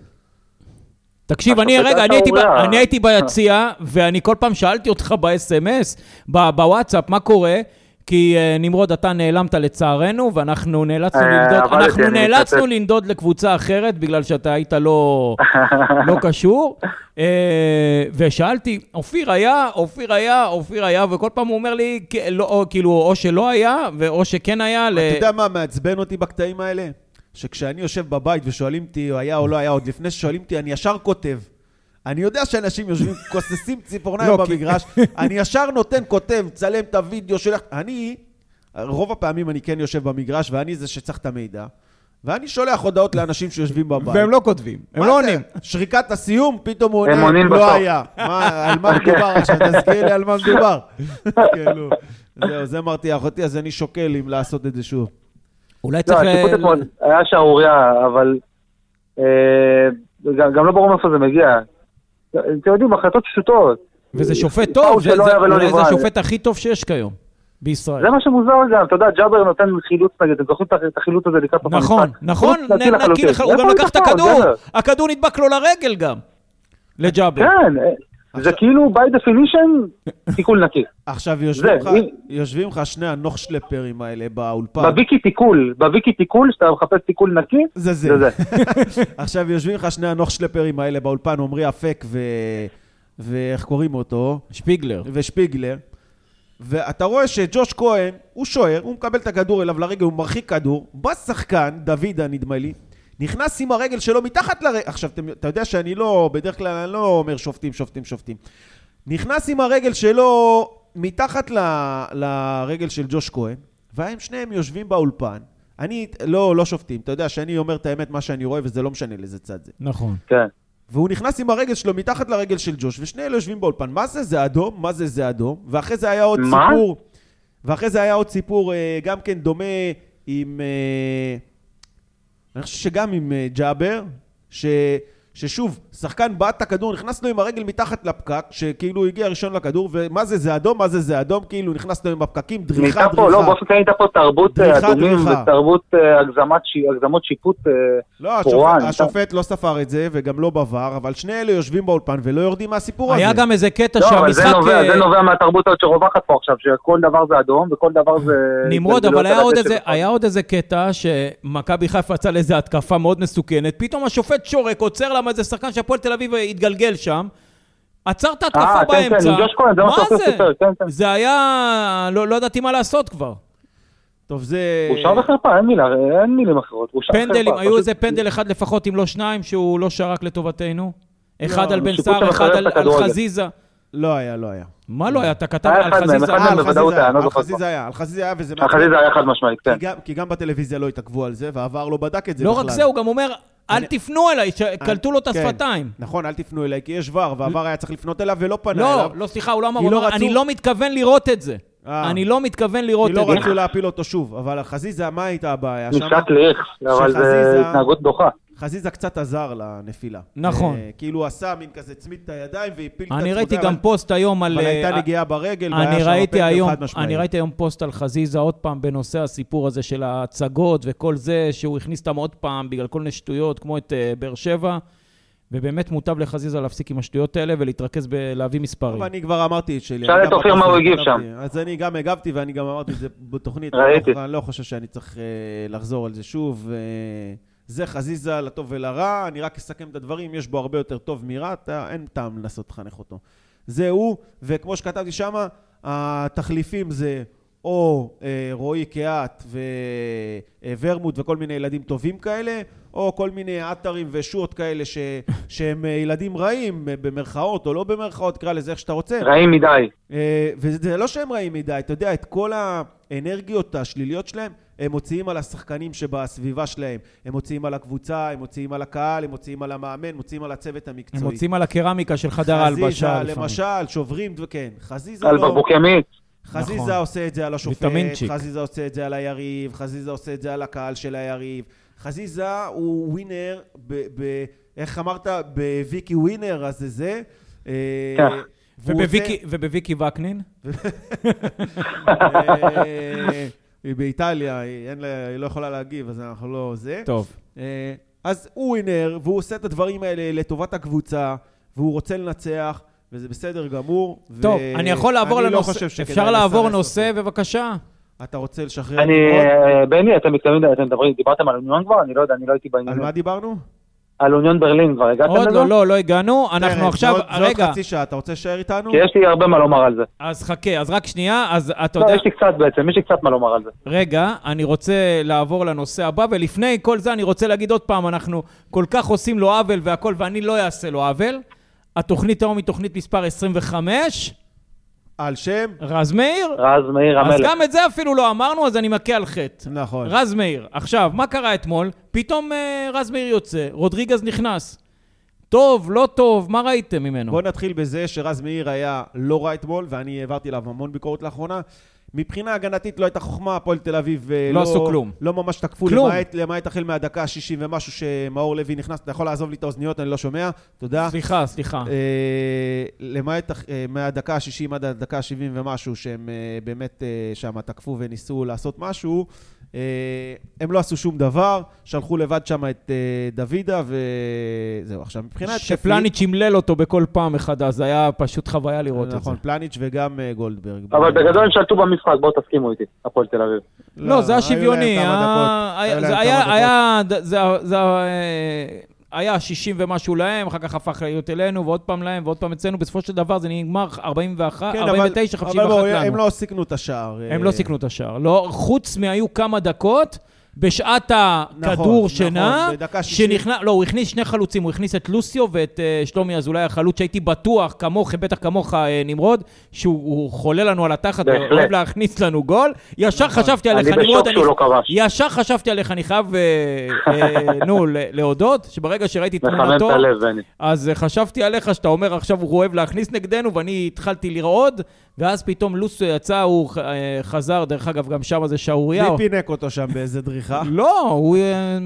Speaker 1: תקשיב, אני,
Speaker 4: השופט
Speaker 1: רגע,
Speaker 4: היה
Speaker 1: אני הייתי, ב,
Speaker 4: שערורייה.
Speaker 1: אני הייתי ביציע, ואני כל פעם שאלתי אותך ב-SMS, ב- בוואטסאפ, מה קורה? כי אה, נמרוד, אתה נעלמת לצערנו, ואנחנו נאלצנו
Speaker 4: אה,
Speaker 1: לנדוד,
Speaker 4: עבדתי,
Speaker 1: אנחנו
Speaker 4: אני
Speaker 1: נאלצנו
Speaker 4: מתנצל.
Speaker 1: לנדוד לקבוצה אחרת, בגלל שאתה היית
Speaker 4: [laughs]
Speaker 1: לא, לא קשור. אה, ושאלתי, אופיר היה, אופיר היה, אופיר היה, וכל פעם הוא אומר לי, "כ- לא, או, כאילו, או שלא היה, או שכן היה. ל-
Speaker 2: אתה יודע מה מעצבן אותי בקטעים האלה? שכשאני יושב בבית ושואלים אותי, "הוא היה או לא היה, עוד לפני ששואלים אותי, אני ישר כותב. אני יודע שאנשים יושבים, [laughs] כוססים ציפורניים
Speaker 1: לא, כי-
Speaker 2: במגרש, אני ישר נותן, כותב, צלם את הוידאו, שולח... אני, רוב הפעמים אני כן יושב במגרש, ואני זה שצריך את המידע, ואני שולח הודעות לאנשים שיושבים בבית.
Speaker 1: והם לא כותבים, הם
Speaker 2: מה
Speaker 1: לא
Speaker 2: זה?
Speaker 1: עונים.
Speaker 2: שריקת הסיום, פתאום הוא
Speaker 4: הם
Speaker 2: עונה,
Speaker 4: עונים בסוף.
Speaker 2: לא היה. מה, על מה
Speaker 4: [laughs]
Speaker 2: מדובר עכשיו? תזכיר לי על מה מדובר. כאילו, זהו, זה מרתיח אותי, אז אני שוקל אם לעשות את זה שוב.
Speaker 1: אולי
Speaker 4: לא,
Speaker 1: צריך...
Speaker 4: השיפוט
Speaker 1: ל-
Speaker 4: אתמול היה שערורייה, אבל אה, גם- גם לא ברור מאיפה זה מגיע. אתם יודעים, החלטות פשוטות.
Speaker 1: וזה שופט טוב,
Speaker 4: פאול
Speaker 1: זה,
Speaker 4: אה, שלא
Speaker 1: זה,
Speaker 4: היה ולא
Speaker 1: אולי זה
Speaker 4: נברא.
Speaker 1: השופט הכי טוב שיש כיום בישראל.
Speaker 4: זה מה שמוזר גם, אתה יודע, ג'אבר נותן חילוץ נגד, אתם זוכרים את החילוץ הזה לקראת סוף
Speaker 1: נכון,
Speaker 4: המשחק?
Speaker 1: נכון,
Speaker 4: חילוץ נקי
Speaker 1: נ- נקי
Speaker 4: לחלוטין.
Speaker 1: לח- הוא
Speaker 4: איפה
Speaker 1: גם לקח את
Speaker 4: הביטחון,
Speaker 1: הכדור,
Speaker 4: ג'אבר?
Speaker 1: הכדור נדבק לו לרגל גם, לג'אבר.
Speaker 4: כן, אה, זה כאילו by definition תיקול
Speaker 1: [laughs]
Speaker 4: נקי.
Speaker 2: עכשיו, יושבים לך-
Speaker 4: אם-
Speaker 2: יושבים לך שני הנוכשלפרים האלה באולפן.
Speaker 4: בוויקי תיקול, בוויקי תיקול, שאתה מחפש תיקול נקי,
Speaker 2: זה זה.
Speaker 4: זה זה.
Speaker 2: [laughs] עכשיו, יושבים לך שני הנוכשלפרים האלה באולפן, עמרי אפק ו... ואיך קוראים אותו?
Speaker 1: שפיגלר.
Speaker 2: ושפיגלר, ואתה רואה שג'וש כהן, הוא שוער, הוא מקבל את הכדור אליו לרגל, הוא מרחיק כדור, בא שחקן, דוידה נדמה לי, נכנס עם הרגל שלו מתחת לרגל, עכשיו, אתם- אתה יודע שאני לא, בדרך כלל אני לא אומר שופטים, שופטים, שופטים. נכנס עם הרגל שלו מתחת ל, לרגל של ג'וש כהן, והם שניהם יושבים באולפן. אני, לא, לא שופטים, אתה יודע שאני אומר את האמת, מה שאני רואה, וזה לא משנה לאיזה צד זה.
Speaker 1: נכון.
Speaker 4: כן.
Speaker 2: והוא נכנס עם הרגל שלו מתחת לרגל של ג'וש, ושני אלה יושבים באולפן. מה זה זה אדום? מה זה זה אדום? ואחרי זה היה עוד
Speaker 4: מה?
Speaker 2: סיפור, ואחרי זה היה עוד סיפור אה, גם כן דומה עם... אה, אני חושב שגם עם אה, ג'אבר, ש, ששוב, שחקן בעט את הכדור, נכנס לו עם הרגל מתחת לפקק, שכאילו הגיע ראשון לכדור, ומה זה זה אדום? מה זה זה אדום? כאילו נכנס לו עם הפקקים, דריכה, דריכה.
Speaker 4: נהייתה פה, לא, באופן כללי הייתה פה תרבות אה,
Speaker 2: דריכה,
Speaker 4: אדומים
Speaker 2: דריכה.
Speaker 4: ותרבות אה, הגזמת שי- הגזמות שיפוט. אה,
Speaker 2: לא, השופט,
Speaker 4: וואי, אתה-
Speaker 2: השופט לא ספר את זה, וגם לא בבר, אבל שני אלה יושבים באולפן ולא יורדים מהסיפור הזה.
Speaker 1: היה גם איזה קטע
Speaker 4: לא, אבל זה
Speaker 1: שהמשחק...
Speaker 4: נובע-
Speaker 1: אה,
Speaker 4: זה נובע מהתרבות הזאת שרווחת פה עכשיו, שכל דבר זה אדום וכל דבר זה...
Speaker 1: נמרוד,
Speaker 4: זה לא
Speaker 1: אבל היה
Speaker 4: צריך
Speaker 1: עוד
Speaker 4: לתת
Speaker 1: איזה-
Speaker 4: לזה-
Speaker 1: היה עוד איזה קטע שמכבי חיפה יצא לאיזה התקפה מאוד מסוכנת, פתאום השופט שורק, עוצר למה איזה שחקן של הפועל תל אביב התגלגל שם, עצר את ההתקפה
Speaker 4: אה, כן, כן,
Speaker 1: באמצע.
Speaker 4: עם ג'וש כהן, זה מה שאופיר סיפר, כן, כן.
Speaker 1: זה היה... לא לא ידעתי מה לעשות כבר.
Speaker 2: טוב, זה...
Speaker 4: בושה וחרפה, אין מילה, אין מילים אחרות. בושה וחרפה.
Speaker 1: פנדלים, היו
Speaker 4: פשוט-
Speaker 1: איזה פנדל אחד לפחות, אם לא שניים, שהוא לא שרק לטובתנו. אחד
Speaker 2: לא,
Speaker 1: על בן
Speaker 4: שיפוט
Speaker 1: סער, אחד
Speaker 4: שמחרב את
Speaker 1: על- על
Speaker 4: הכדורגל.
Speaker 1: חזיזה.
Speaker 2: לא היה, לא היה.
Speaker 1: מה לא היה? אתה כתב
Speaker 4: היה
Speaker 1: על
Speaker 4: אחד מהם,
Speaker 1: חזיזה.
Speaker 4: אחד
Speaker 2: אה,
Speaker 4: מהם.
Speaker 2: על חזיזה
Speaker 4: בוודאות היה, אני לא
Speaker 2: על
Speaker 4: זוכר
Speaker 2: חזיזה היה, על חזיזה היה, וזה...
Speaker 4: אחרי זה היה חד משמעית,
Speaker 2: כי
Speaker 4: כן.
Speaker 2: גם- כי גם בטלוויזיה לא התעכבו על זה, והעבר לא בדק את זה
Speaker 1: לא
Speaker 2: בכלל.
Speaker 1: רק זה, הוא גם אומר, אל
Speaker 2: אני-
Speaker 1: תפנו אליי, ש- קלטו לו את
Speaker 2: כן.
Speaker 1: השפתיים.
Speaker 2: נכון, אל תפנו אליי, כי יש ור, והוור היה צריך לפנות אליו ולא פנה אליו.
Speaker 1: לא, לא, סליחה, הוא לא אמר,
Speaker 2: כי
Speaker 1: הוא
Speaker 2: לא
Speaker 1: אמר,
Speaker 2: רצו-
Speaker 1: אני לא מתכוון לראות את זה.
Speaker 2: אה.
Speaker 1: אני לא מתכוון לראות
Speaker 2: כי
Speaker 1: את זה.
Speaker 2: לא רצו להפיל אותו שוב, אבל חזיזה, מה הייתה הבעיה? שם-
Speaker 4: נפשט לי איך, אבל זה
Speaker 2: שחזיזה-
Speaker 4: התנהגות דוחה.
Speaker 2: חזיזה קצת עזר לנפילה.
Speaker 1: נכון.
Speaker 2: אה, כאילו הוא עשה מין כזה צמיד את הידיים והפיל את עצמו.
Speaker 1: אני ראיתי
Speaker 2: אבל-
Speaker 1: גם פוסט היום על...
Speaker 2: אבל
Speaker 1: אה,
Speaker 2: הייתה נגיעה ברגל, והיה
Speaker 1: אני
Speaker 2: שם
Speaker 1: ראיתי
Speaker 2: פנדל
Speaker 1: היום,
Speaker 2: חד משמעי.
Speaker 1: אני ראיתי היום פוסט על חזיזה עוד פעם בנושא הסיפור הזה של ההצגות וכל זה, שהוא הכניס אותם עוד פעם בגלל כל מיני שטויות, כמו את אה, באר שבע, ובאמת מוטב לחזיזה להפסיק עם השטויות האלה ולהתרכז בלהביא מספרים.
Speaker 2: אבל אני כבר אמרתי את שלי.
Speaker 4: שאל
Speaker 2: אני
Speaker 4: את
Speaker 2: גם
Speaker 4: אופיר מה הוא
Speaker 2: בתוכנית
Speaker 4: הגיב
Speaker 2: כתבתי. אז אני גם הגבתי ואני גם אמרתי את זה בתוכנית.
Speaker 4: ראיתי.
Speaker 2: אני לא- אני לא חושב שאני צריך אה, לחזור על זה שוב. אה, זה חזיזה לטוב ולרע, אני רק אסכם את הדברים, יש בו הרבה יותר טוב מרע, אתה- אין טעם לנסות לחנך אותו. זה הוא, וכמו שכתבתי שמה, התחליפים זה או אה, רועי קהת וורמוט וכל מיני ילדים טובים כאלה, או כל מיני עטרים ושו"ת כאלה ש, שהם אה, ילדים רעים, אה, במרכאות או לא במרכאות, קרא לזה איך שאתה רוצה.
Speaker 1: כן.
Speaker 4: רעים מדי.
Speaker 2: אה, וזה לא שהם רעים מדי, אתה יודע, את כל האנרגיות השליליות שלהם, הם מוציאים על השחקנים שבסביבה שלהם. הם מוציאים על הקבוצה, הם מוציאים על הקהל, הם מוציאים על המאמן, מוציאים על הצוות
Speaker 1: הם
Speaker 2: המקצועי.
Speaker 1: מוצאים על הקרמיקה של חדר ההלבשה
Speaker 2: חזיזה,
Speaker 1: לפעמים.
Speaker 2: למשל, שוברים, ד- כן. חזיזה
Speaker 4: על
Speaker 2: לא...
Speaker 4: בקבוק ימית.
Speaker 2: חזיזה
Speaker 1: נכון.
Speaker 2: עושה את זה על השופט,
Speaker 1: ויטמינצ'יק.
Speaker 2: חזיזה עושה את זה על היריב, חזיזה עושה את זה על הקהל של היריב. חזיזה הוא ווינר, ב, ב, איך אמרת? בוויקי ווינר, אז זה זה. אה,
Speaker 4: כן.
Speaker 2: והוא
Speaker 1: ובוויקי- ובוויקי וקנין?
Speaker 2: [laughs] אה, היא באיטליה, היא אין לה- היא לא יכולה להגיב, אז אנחנו לא זה.
Speaker 1: טוב.
Speaker 2: אה, אז הוא ווינר, והוא עושה את הדברים האלה לטובת הקבוצה, והוא רוצה לנצח, וזה בסדר גמור. ו-
Speaker 1: טוב, אני יכול לעבור
Speaker 2: אני לא
Speaker 1: לנושא,
Speaker 2: חושב שכדאי
Speaker 1: אפשר לעבור
Speaker 2: לסרס
Speaker 1: נושא
Speaker 2: אותו.
Speaker 1: בבקשה?
Speaker 2: אתה רוצה לשחרר
Speaker 4: אני,
Speaker 2: דיברות?
Speaker 4: אה, בני, אתם מתכוונים, אתם מדברים, דיברתם על אוניון כבר? אני לא יודע, אני לא הייתי בעניין.
Speaker 2: על מה דיברנו?
Speaker 4: על אוניון ברלין כבר הגעתם לזה?
Speaker 1: עוד לא, לא, לא הגענו, אנחנו
Speaker 2: תראה,
Speaker 1: עכשיו,
Speaker 2: כן, זה עוד- זה עוד
Speaker 1: רגע,
Speaker 2: חצי שעה, אתה רוצה להישאר איתנו?
Speaker 4: כי יש לי הרבה מה לומר על זה.
Speaker 1: אז חכה, אז רק שנייה, אז אתה
Speaker 4: לא,
Speaker 1: יודע...
Speaker 4: יש לי קצת בעצם, יש לי קצת מה לומר על זה.
Speaker 1: רגע, אני רוצה לעבור לנושא הבא, ולפני כל זה אני רוצה להגיד עוד פעם, אנחנו כל כך עושים לו עוול והכל, ואני לא אעשה לו עוול. התוכנית היום היא תוכנית מספר 25,
Speaker 2: על שם?
Speaker 1: רז מאיר.
Speaker 4: רז מאיר
Speaker 1: אז
Speaker 4: המלך.
Speaker 1: גם את זה אפילו לא אמרנו, אז אני מכה על חטא.
Speaker 2: נכון.
Speaker 1: רז מאיר. עכשיו, מה קרה אתמול? פתאום אה, רז מאיר יוצא, רודריגז נכנס. טוב, לא טוב, מה ראיתם ממנו?
Speaker 2: בוא נתחיל בזה שרז מאיר היה לא רע אתמול, ואני העברתי עליו המון ביקורת לאחרונה. מבחינה הגנתית לא הייתה חוכמה, הפועל תל אביב אה,
Speaker 1: לא עשו כלום.
Speaker 2: לא ממש תקפו,
Speaker 1: כלום.
Speaker 2: למעט, למעט החל מהדקה ה-60 ומשהו שמאור לוי נכנס, אתה יכול לעזוב לי את האוזניות, אני לא שומע, תודה.
Speaker 1: סליחה, סליחה.
Speaker 2: אה, למעט הח- אה, מהדקה ה-60 עד הדקה ה-70 ומשהו, שהם אה, באמת אה, שם תקפו וניסו לעשות משהו, אה, הם לא עשו שום דבר, שלחו לבד שם את אה, דוידה, וזהו. עכשיו, מבחינה התקפית...
Speaker 1: שפלניץ' ימלל אותו בכל פעם מחדש, זה היה פשוט חוויה לראות את זה.
Speaker 2: נכון, פלניץ' וגם אה, גולדברג.
Speaker 4: אבל
Speaker 2: ב-
Speaker 4: בגדול הם שלטו במשחק, בואו תסכימו איתי, הפועל תל אביב.
Speaker 1: לא, זה היה
Speaker 2: היו להם
Speaker 1: שוויוני.
Speaker 2: כמה
Speaker 1: היה-
Speaker 2: דקות. היו
Speaker 1: היה-
Speaker 2: להם
Speaker 1: זה
Speaker 2: כמה
Speaker 1: היה-
Speaker 2: דקות.
Speaker 1: היה- זה זה, אה, היה 60 ומשהו להם, אחר כך הפך להיות אלינו, ועוד פעם להם, ועוד פעם אצלנו. בסופו של דבר זה נגמר 41,
Speaker 2: כן,
Speaker 1: 49,
Speaker 2: אבל- אבל
Speaker 1: 51
Speaker 2: בואו, הם
Speaker 1: לנו.
Speaker 2: לא סיכנו את השער.
Speaker 1: הם
Speaker 2: אה,
Speaker 1: לא סיכנו את השער. לא, חוץ מהיו כמה דקות. בשעת הכדור
Speaker 2: נכון,
Speaker 1: שינה,
Speaker 2: בדקה שישים.
Speaker 1: שנכנס, לא, הוא הכניס שני חלוצים, הוא הכניס את לוסיו ואת uh, שלומי אזולאי, החלוץ שהייתי בטוח, כמוך, בטח כמוך, אה, נמרוד, שהוא הוא חולה לנו על התחת,
Speaker 4: בהחלט. נכון,
Speaker 1: אוהב להכניס לנו גול. ישר חשבתי
Speaker 4: אני
Speaker 1: עליך,
Speaker 4: בשוק
Speaker 1: נמרוד,
Speaker 4: שהוא לא כבש.
Speaker 1: ישר חשבתי עליך, אני חייב, אה, אה, נו, ל- להודות, שברגע שראיתי את
Speaker 4: מחמם את
Speaker 1: תמונתו,
Speaker 4: הלב, בני.
Speaker 1: אז אה, חשבתי עליך שאתה אומר עכשיו הוא אוהב להכניס נגדנו, ואני התחלתי לרעוד, ואז פתאום לוסו יצא, הוא ח- אה, חזר, דרך אגב, גם שם זה שערורייה.
Speaker 2: מי פינק אותו שם באיזה דריכה?
Speaker 1: לא, הוא, אה,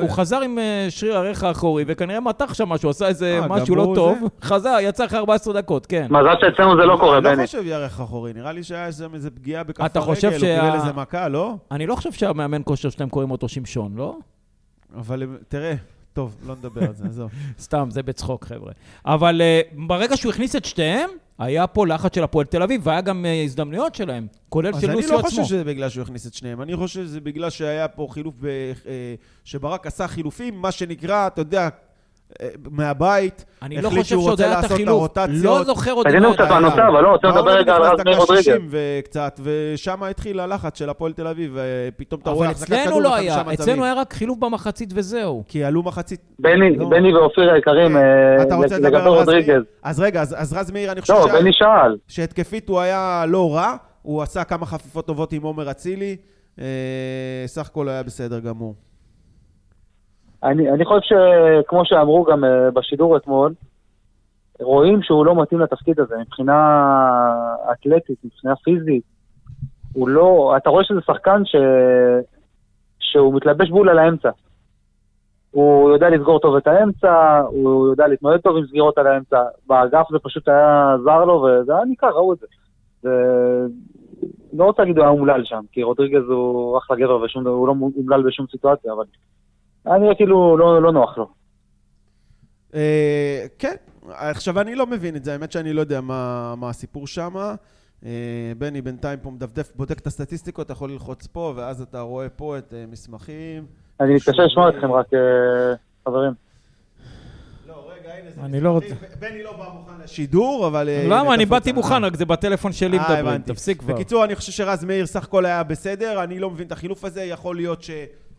Speaker 1: הוא חזר עם אה, שריר הריח האחורי, וכנראה מתח שם משהו, עשה איזה
Speaker 2: אה, גם
Speaker 1: משהו לא
Speaker 2: הוא
Speaker 1: טוב,
Speaker 2: זה?
Speaker 1: חזר, יצא אחרי 14 דקות, כן.
Speaker 4: מזל שאצלנו זה [laughs] לא קורה,
Speaker 2: אני
Speaker 4: בני.
Speaker 2: לא חושב ירך אחורי, נראה לי שהיה שם איזה פגיעה בכף הרגל,
Speaker 1: אתה חושב
Speaker 2: הוא
Speaker 1: שה-
Speaker 2: קיבל איזה מכה, לא?
Speaker 1: אני לא חושב שהמאמן כושר שאתם קוראים אותו שמשון, לא?
Speaker 2: אבל הם- תראה, טוב, לא נדבר על זה, עזוב.
Speaker 1: [laughs] סתם, זה בצחוק, חבר'ה. אבל uh, ברגע שהוא הכניס את שתיהם, היה פה לחץ של הפועל תל אביב, והיה גם uh, הזדמנויות שלהם, כולל
Speaker 2: אז
Speaker 1: של
Speaker 2: אני
Speaker 1: לוסיו
Speaker 2: לא
Speaker 1: עצמו.
Speaker 2: חושב שזה בגלל שהוא הכניס את שניהם, אני חושב שזה בגלל שהיה פה חילוף, ב- אה, שברק עשה חילופים, מה שנקרא, אתה יודע, אה, מהבית,
Speaker 1: אני לא
Speaker 2: החליט
Speaker 1: חושב
Speaker 2: שהוא
Speaker 1: שעוד
Speaker 2: רוצה
Speaker 1: היה את
Speaker 2: לעשות את
Speaker 1: החילוף. לא
Speaker 2: הרוטציות.
Speaker 1: זוכר עוד...
Speaker 4: תגידו
Speaker 1: מה-
Speaker 4: קצת בנושא, אבל לא, רוצה לדבר רגע על רז מאיר רודריגז.
Speaker 2: מאור נכנס דקה 60 וקצת, ושם התחיל הלחץ של הפועל תל אביב, ופתאום אתה רואה
Speaker 1: אבל
Speaker 2: החזקת כדור
Speaker 1: אצלנו לא
Speaker 2: וחמישה
Speaker 1: היה,
Speaker 2: מצבים.
Speaker 1: אצלנו היה רק חילוף במחצית וזהו.
Speaker 2: כי עלו מחצית.
Speaker 4: בני-
Speaker 2: לא.
Speaker 4: בני ואופיר היקרים, אה,
Speaker 2: אתה רוצה לדבר
Speaker 4: לגבי
Speaker 2: על רז מאיר?
Speaker 4: רודריגז.
Speaker 2: אז רגע, אז אז רז מאיר, אני חושב
Speaker 4: לא,
Speaker 2: שה-
Speaker 4: בני שאל.
Speaker 2: שהתקפית הוא היה לא רע, הוא עשה כמה חפיפות טובות עם עומר אצילי, אה, סך הכל היה בסדר גמור.
Speaker 4: אני, אני חושב שכמו שאמרו גם אה, בשידור אתמול, רואים שהוא לא מתאים לתפקיד הזה מבחינה אתלטית, מבחינה פיזית. הוא לא, אתה רואה שזה שחקן ש... שהוא מתלבש בול על האמצע. הוא יודע לסגור טוב את האמצע, הוא יודע להתמודד טוב עם סגירות על האמצע. באגף זה פשוט היה זר לו, וזה היה ניכר, ראו את זה. זה... לא רוצה להגיד הוא היה אומלל שם, כי רודריגז הוא אחלה גבר ושום, הוא לא אומלל בשום סיטואציה, אבל היה נראה כאילו לא, לא נוח לו.
Speaker 2: אה, כן, עכשיו אני לא מבין את זה, האמת שאני לא יודע מה, מה הסיפור שם. אה, בני בינתיים פה מדפדף, בודק את הסטטיסטיקות, אתה יכול ללחוץ פה, ואז אתה רואה פה את אה, מסמכים.
Speaker 4: אני מתקשה לשמוע אתכם רק, אה, חברים.
Speaker 2: לא, רגע, הנה זה
Speaker 1: אני לא
Speaker 2: מסמכים. בני לא בא מוכן לשידור, אבל... אה, הנה,
Speaker 1: למה? אני
Speaker 2: תפוץ
Speaker 1: באתי
Speaker 2: עליו.
Speaker 1: מוכן, רק זה בטלפון שלי
Speaker 2: אה,
Speaker 1: מדברים,
Speaker 2: הבנתי.
Speaker 1: תפסיק כבר.
Speaker 2: בקיצור, אני חושב שרז מאיר סך הכל היה בסדר, אני לא מבין את החילוף הזה, יכול להיות ש...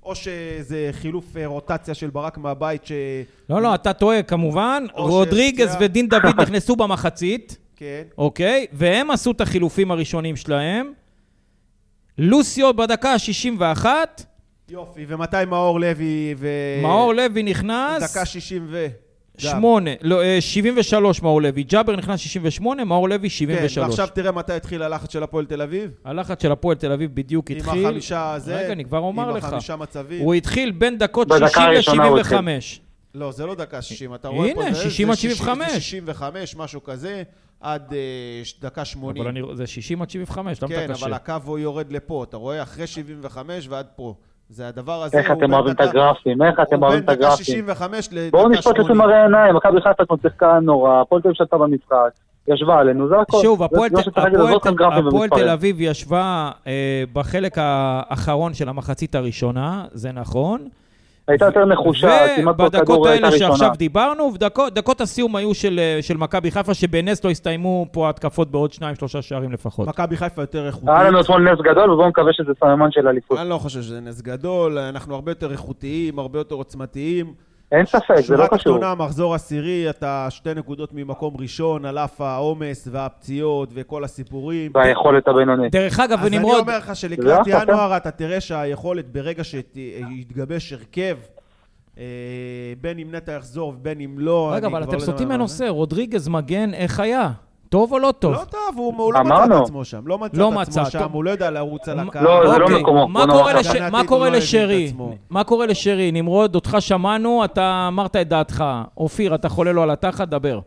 Speaker 2: או שזה חילוף אה, רוטציה של ברק מהבית ש...
Speaker 1: לא, לא, אתה טועה, כמובן.
Speaker 2: או
Speaker 1: רודריגז
Speaker 2: שפציעה.
Speaker 1: ודין דוד נכנסו במחצית,
Speaker 2: כן.
Speaker 1: אוקיי? והם עשו את החילופים הראשונים שלהם. לוסיו בדקה ה-61,
Speaker 2: יופי, ומתי מאור לוי ו...
Speaker 1: מאור לוי נכנס,
Speaker 2: אה, דקה 60 ו... גם.
Speaker 1: שמונה, לא, אה, 73 מאור לוי. ג'אבר נכנס 68, מאור לוי
Speaker 2: כן,
Speaker 1: 73.
Speaker 2: ועכשיו תראה מתי התחיל הלחץ של הפועל תל אביב.
Speaker 1: הלחץ של הפועל תל אביב בדיוק התחיל.
Speaker 2: עם החמישה זה.
Speaker 1: רגע, אני כבר אומר לך.
Speaker 2: עם החמישה מצבים.
Speaker 1: הוא התחיל בין דקות
Speaker 4: בדקה
Speaker 1: 60
Speaker 4: הראשונה הוא
Speaker 1: ל-75.
Speaker 2: לא, זה לא דקה 60, אתה רואה
Speaker 1: הנה,
Speaker 2: פה... זה-
Speaker 1: 60 עד
Speaker 2: זה 60,
Speaker 1: 75.
Speaker 2: זה 65, משהו כזה, עד אה, ש- דקה 80.
Speaker 1: אבל אני, זה 60 עד 75, למה
Speaker 2: כן,
Speaker 1: אתה קשה?
Speaker 2: אבל הקו הוא יורד לפה, אתה רואה? אחרי 75 ועד פה. זה הדבר הזה,
Speaker 4: איך
Speaker 2: הוא
Speaker 4: אתם
Speaker 2: בין
Speaker 4: אוהבים את
Speaker 2: דקה-
Speaker 4: הגרפים? איך אתם
Speaker 2: הוא
Speaker 4: אוהבים את
Speaker 2: בין דקה
Speaker 4: הגרפים?
Speaker 2: 65 לדקה 80.
Speaker 4: בואו נשפוט לפי מראה העיניים, מכבי חיפה אתמול שיחקה נורא, הפועל תל אביב שלטה במשחק, ישבה עלינו, זה הכל.
Speaker 1: שוב,
Speaker 4: זה-
Speaker 1: הפועל
Speaker 4: זה מה שצריך להגיד, לא
Speaker 1: הפועל-
Speaker 4: עזוב אתכם גרפים
Speaker 1: הפועל
Speaker 4: ומספרים.
Speaker 1: תל אביב ישבה אה, בחלק האחרון של המחצית הראשונה, זה נכון.
Speaker 4: הייתה יותר נחושה, כמעט כל
Speaker 1: ובדקות
Speaker 4: כדור הייתה
Speaker 1: האלה
Speaker 4: ראשונה.
Speaker 1: שעכשיו דיברנו, ודקות, דקות הסיום היו של, אה, של מכבי חיפה, שבנס לא הסתיימו פה ההתקפות בעוד שניים, שלושה שערים לפחות.
Speaker 2: מכבי חיפה יותר איכותית.
Speaker 4: היה לנו אתמול נס גדול, ובואו נקווה שזה סממן של אליפות.
Speaker 2: אני לא חושב שזה נס גדול, אנחנו הרבה יותר איכותיים, הרבה יותר עוצמתיים.
Speaker 4: אין ספק, זה לא
Speaker 2: שורה
Speaker 4: קשור.
Speaker 2: תחתונה, מחזור עשירי, אתה שתי נקודות ממקום ראשון, על אף העומס והפציעות וכל הסיפורים.
Speaker 4: והיכולת הבינונית.
Speaker 1: דרך אגב,
Speaker 2: אז אני
Speaker 1: ונמרוד,
Speaker 2: אומר לך שלקראת
Speaker 4: זה לא אחלה, כן?
Speaker 2: ינואר אתה תראה שהיכולת, ברגע שיתגבש הרכב, אה, בין אם נטע יחזור ובין אם לא,
Speaker 1: רגע,
Speaker 2: אני
Speaker 1: אבל
Speaker 2: כבר
Speaker 1: אתם
Speaker 2: לא יודע
Speaker 1: סוטים
Speaker 2: מה-
Speaker 1: מהנושא, רודריגז מגן, איך היה? טוב או לא טוב?
Speaker 2: לא טוב, הוא הוא לא מצא את
Speaker 4: אמרנו.
Speaker 2: עצמו שם. לא מצא
Speaker 1: לא
Speaker 2: את
Speaker 1: מצא,
Speaker 2: עצמו שם,
Speaker 1: טוב.
Speaker 2: הוא לא יודע לרוץ על
Speaker 1: מ-
Speaker 2: הקו.
Speaker 4: לא, זה לא
Speaker 1: אוקיי,
Speaker 4: מקומו,
Speaker 1: מה
Speaker 4: בוא נאמר
Speaker 1: קורה
Speaker 4: ככה.
Speaker 1: לש- מה
Speaker 2: הגנתית
Speaker 1: קורה
Speaker 2: הוא לא הבין את
Speaker 1: לשרי?
Speaker 2: עצמו.
Speaker 1: מה קורה לשרי? נמרוד, אותך שמענו, אתה אמרת את דעתך. אופיר, אתה חולה לו על התחת, דבר.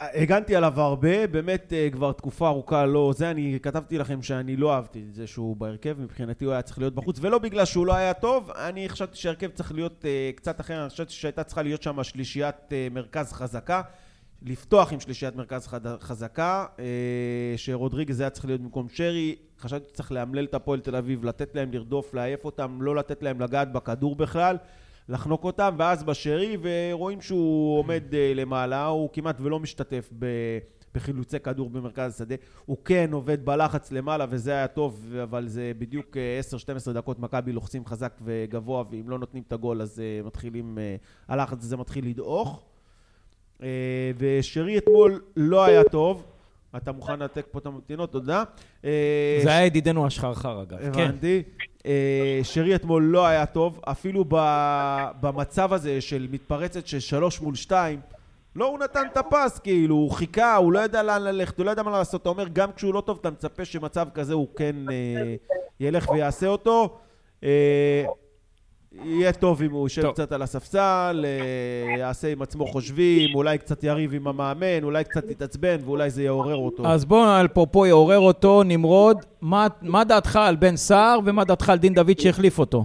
Speaker 2: הגנתי עליו הרבה, באמת אה, כבר תקופה ארוכה לא זה, אני כתבתי לכם שאני לא אהבתי את זה שהוא בהרכב, מבחינתי הוא היה צריך להיות בחוץ, ולא בגלל שהוא לא היה טוב, אני חשבתי שההרכב צריך להיות אה, קצת אחר, אני חשבתי שהייתה צריכה להיות שם שלישיית אה, מרכז חזקה, לפתוח עם שלישיית מרכז חד- חזקה, אה, שרודריגז היה צריך להיות במקום שרי, חשבתי שצריך לאמלל את הפועל תל אביב, לתת להם לרדוף, לעייף אותם, לא לתת להם לגעת בכדור בכלל. לחנוק אותם, ואז בשרי, ורואים שהוא עומד אה, למעלה, הוא כמעט ולא משתתף ב... בחילוצי כדור במרכז השדה. הוא כן עובד בלחץ למעלה, וזה היה טוב, אבל זה בדיוק אה, 10-12 דקות מכבי לוחצים חזק וגבוה, ואם לא נותנים את הגול אז אה, מתחילים, אה, הלחץ הזה מתחיל לדעוך. אה, ושרי אתמול לא היה טוב. אתה מוכן לנתק פה את המתינות, תודה. אה,
Speaker 1: זה היה ידידנו השחרחר, אגב. כן.
Speaker 2: הבנתי. אה, שרי אתמול לא היה טוב, אפילו ב- במצב הזה של מתפרצת של שלוש מול שתיים, לא, הוא נתן את הפס, כאילו, הוא חיכה, הוא לא ידע לאן ללכת, הוא לא ידע מה לעשות. אתה אומר, גם כשהוא לא טוב, אתה מצפה שמצב כזה הוא כן אה, ילך ויעשה אותו. אה, יהיה טוב אם הוא יושב
Speaker 1: טוב.
Speaker 2: קצת על הספסל, אה, יעשה עם עצמו חושבים, אולי קצת יריב עם המאמן, אולי קצת יתעצבן, ואולי זה יעורר אותו.
Speaker 1: אז בואו, אפרופו יעורר אותו, נמרוד, מה- מה דעתך על בן סער ומה דעתך על דין דוד שהחליף אותו?